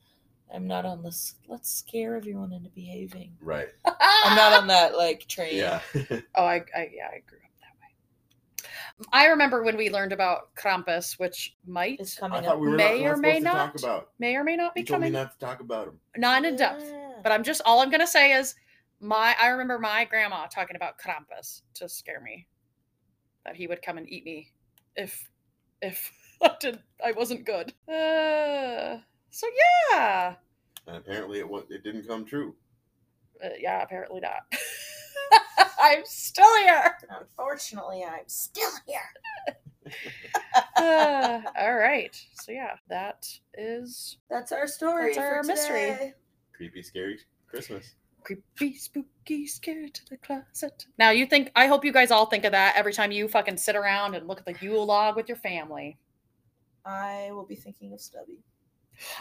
S4: I'm not on this let's scare everyone into behaving.
S3: right.
S4: I'm not on that like train.
S3: Yeah,
S2: Oh, I, I yeah, I grew up that way. I remember when we learned about Krampus, which might
S4: It's
S3: I
S4: coming
S3: thought
S4: up.
S3: we were
S2: May
S3: not,
S2: or
S3: not
S2: may
S3: supposed
S2: not
S3: to talk about.
S2: may or may not be
S3: You told me
S2: coming.
S3: not to talk about him.
S2: Not in depth,
S4: Yeah.
S2: but I'm just all I'm gonna say is my I remember my grandma talking about Krampus to scare me, that he would come and eat me if if I did I wasn't good. Uh, so yeah,
S3: And apparently, it was, it didn't come true.
S2: Uh, yeah, apparently not. I'm still here.
S4: Unfortunately, I'm still here.
S2: Uh, all right. So yeah, that is
S4: That's our story.
S2: That's our
S4: for
S2: mystery.
S4: today.
S3: Creepy, scary Christmas.
S2: creepy, spooky, scared to the closet. Now you think I hope you guys all think of that every time you fucking sit around and look at the Yule log with your family.
S4: I will be thinking of Stubby.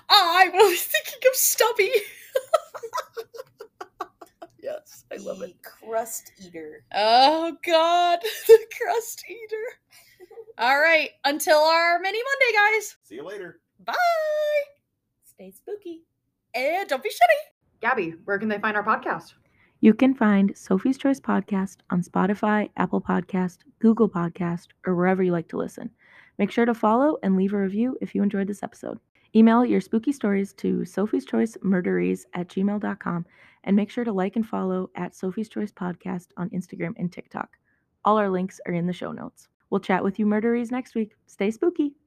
S2: I was thinking of Stubby. yes, I love it.
S4: The Crust eater.
S2: Oh God, the crust eater. All right, until our mini Monday, guys.
S3: See you later.
S2: Bye.
S4: Stay spooky.
S2: And don't be shitty. Gabby, where can they find our podcast?
S6: You can find Sophie's Choice Podcast on Spotify, Apple Podcast, Google Podcast, or wherever you like to listen. Make sure to follow and leave a review if you enjoyed this episode. Email your spooky stories to Sophie's Choice Murderies at gmail.com and make sure to like and follow at Sophie's Choice Podcast on Instagram and TikTok. All our links are in the show notes. We'll chat with you murderies next week. Stay spooky.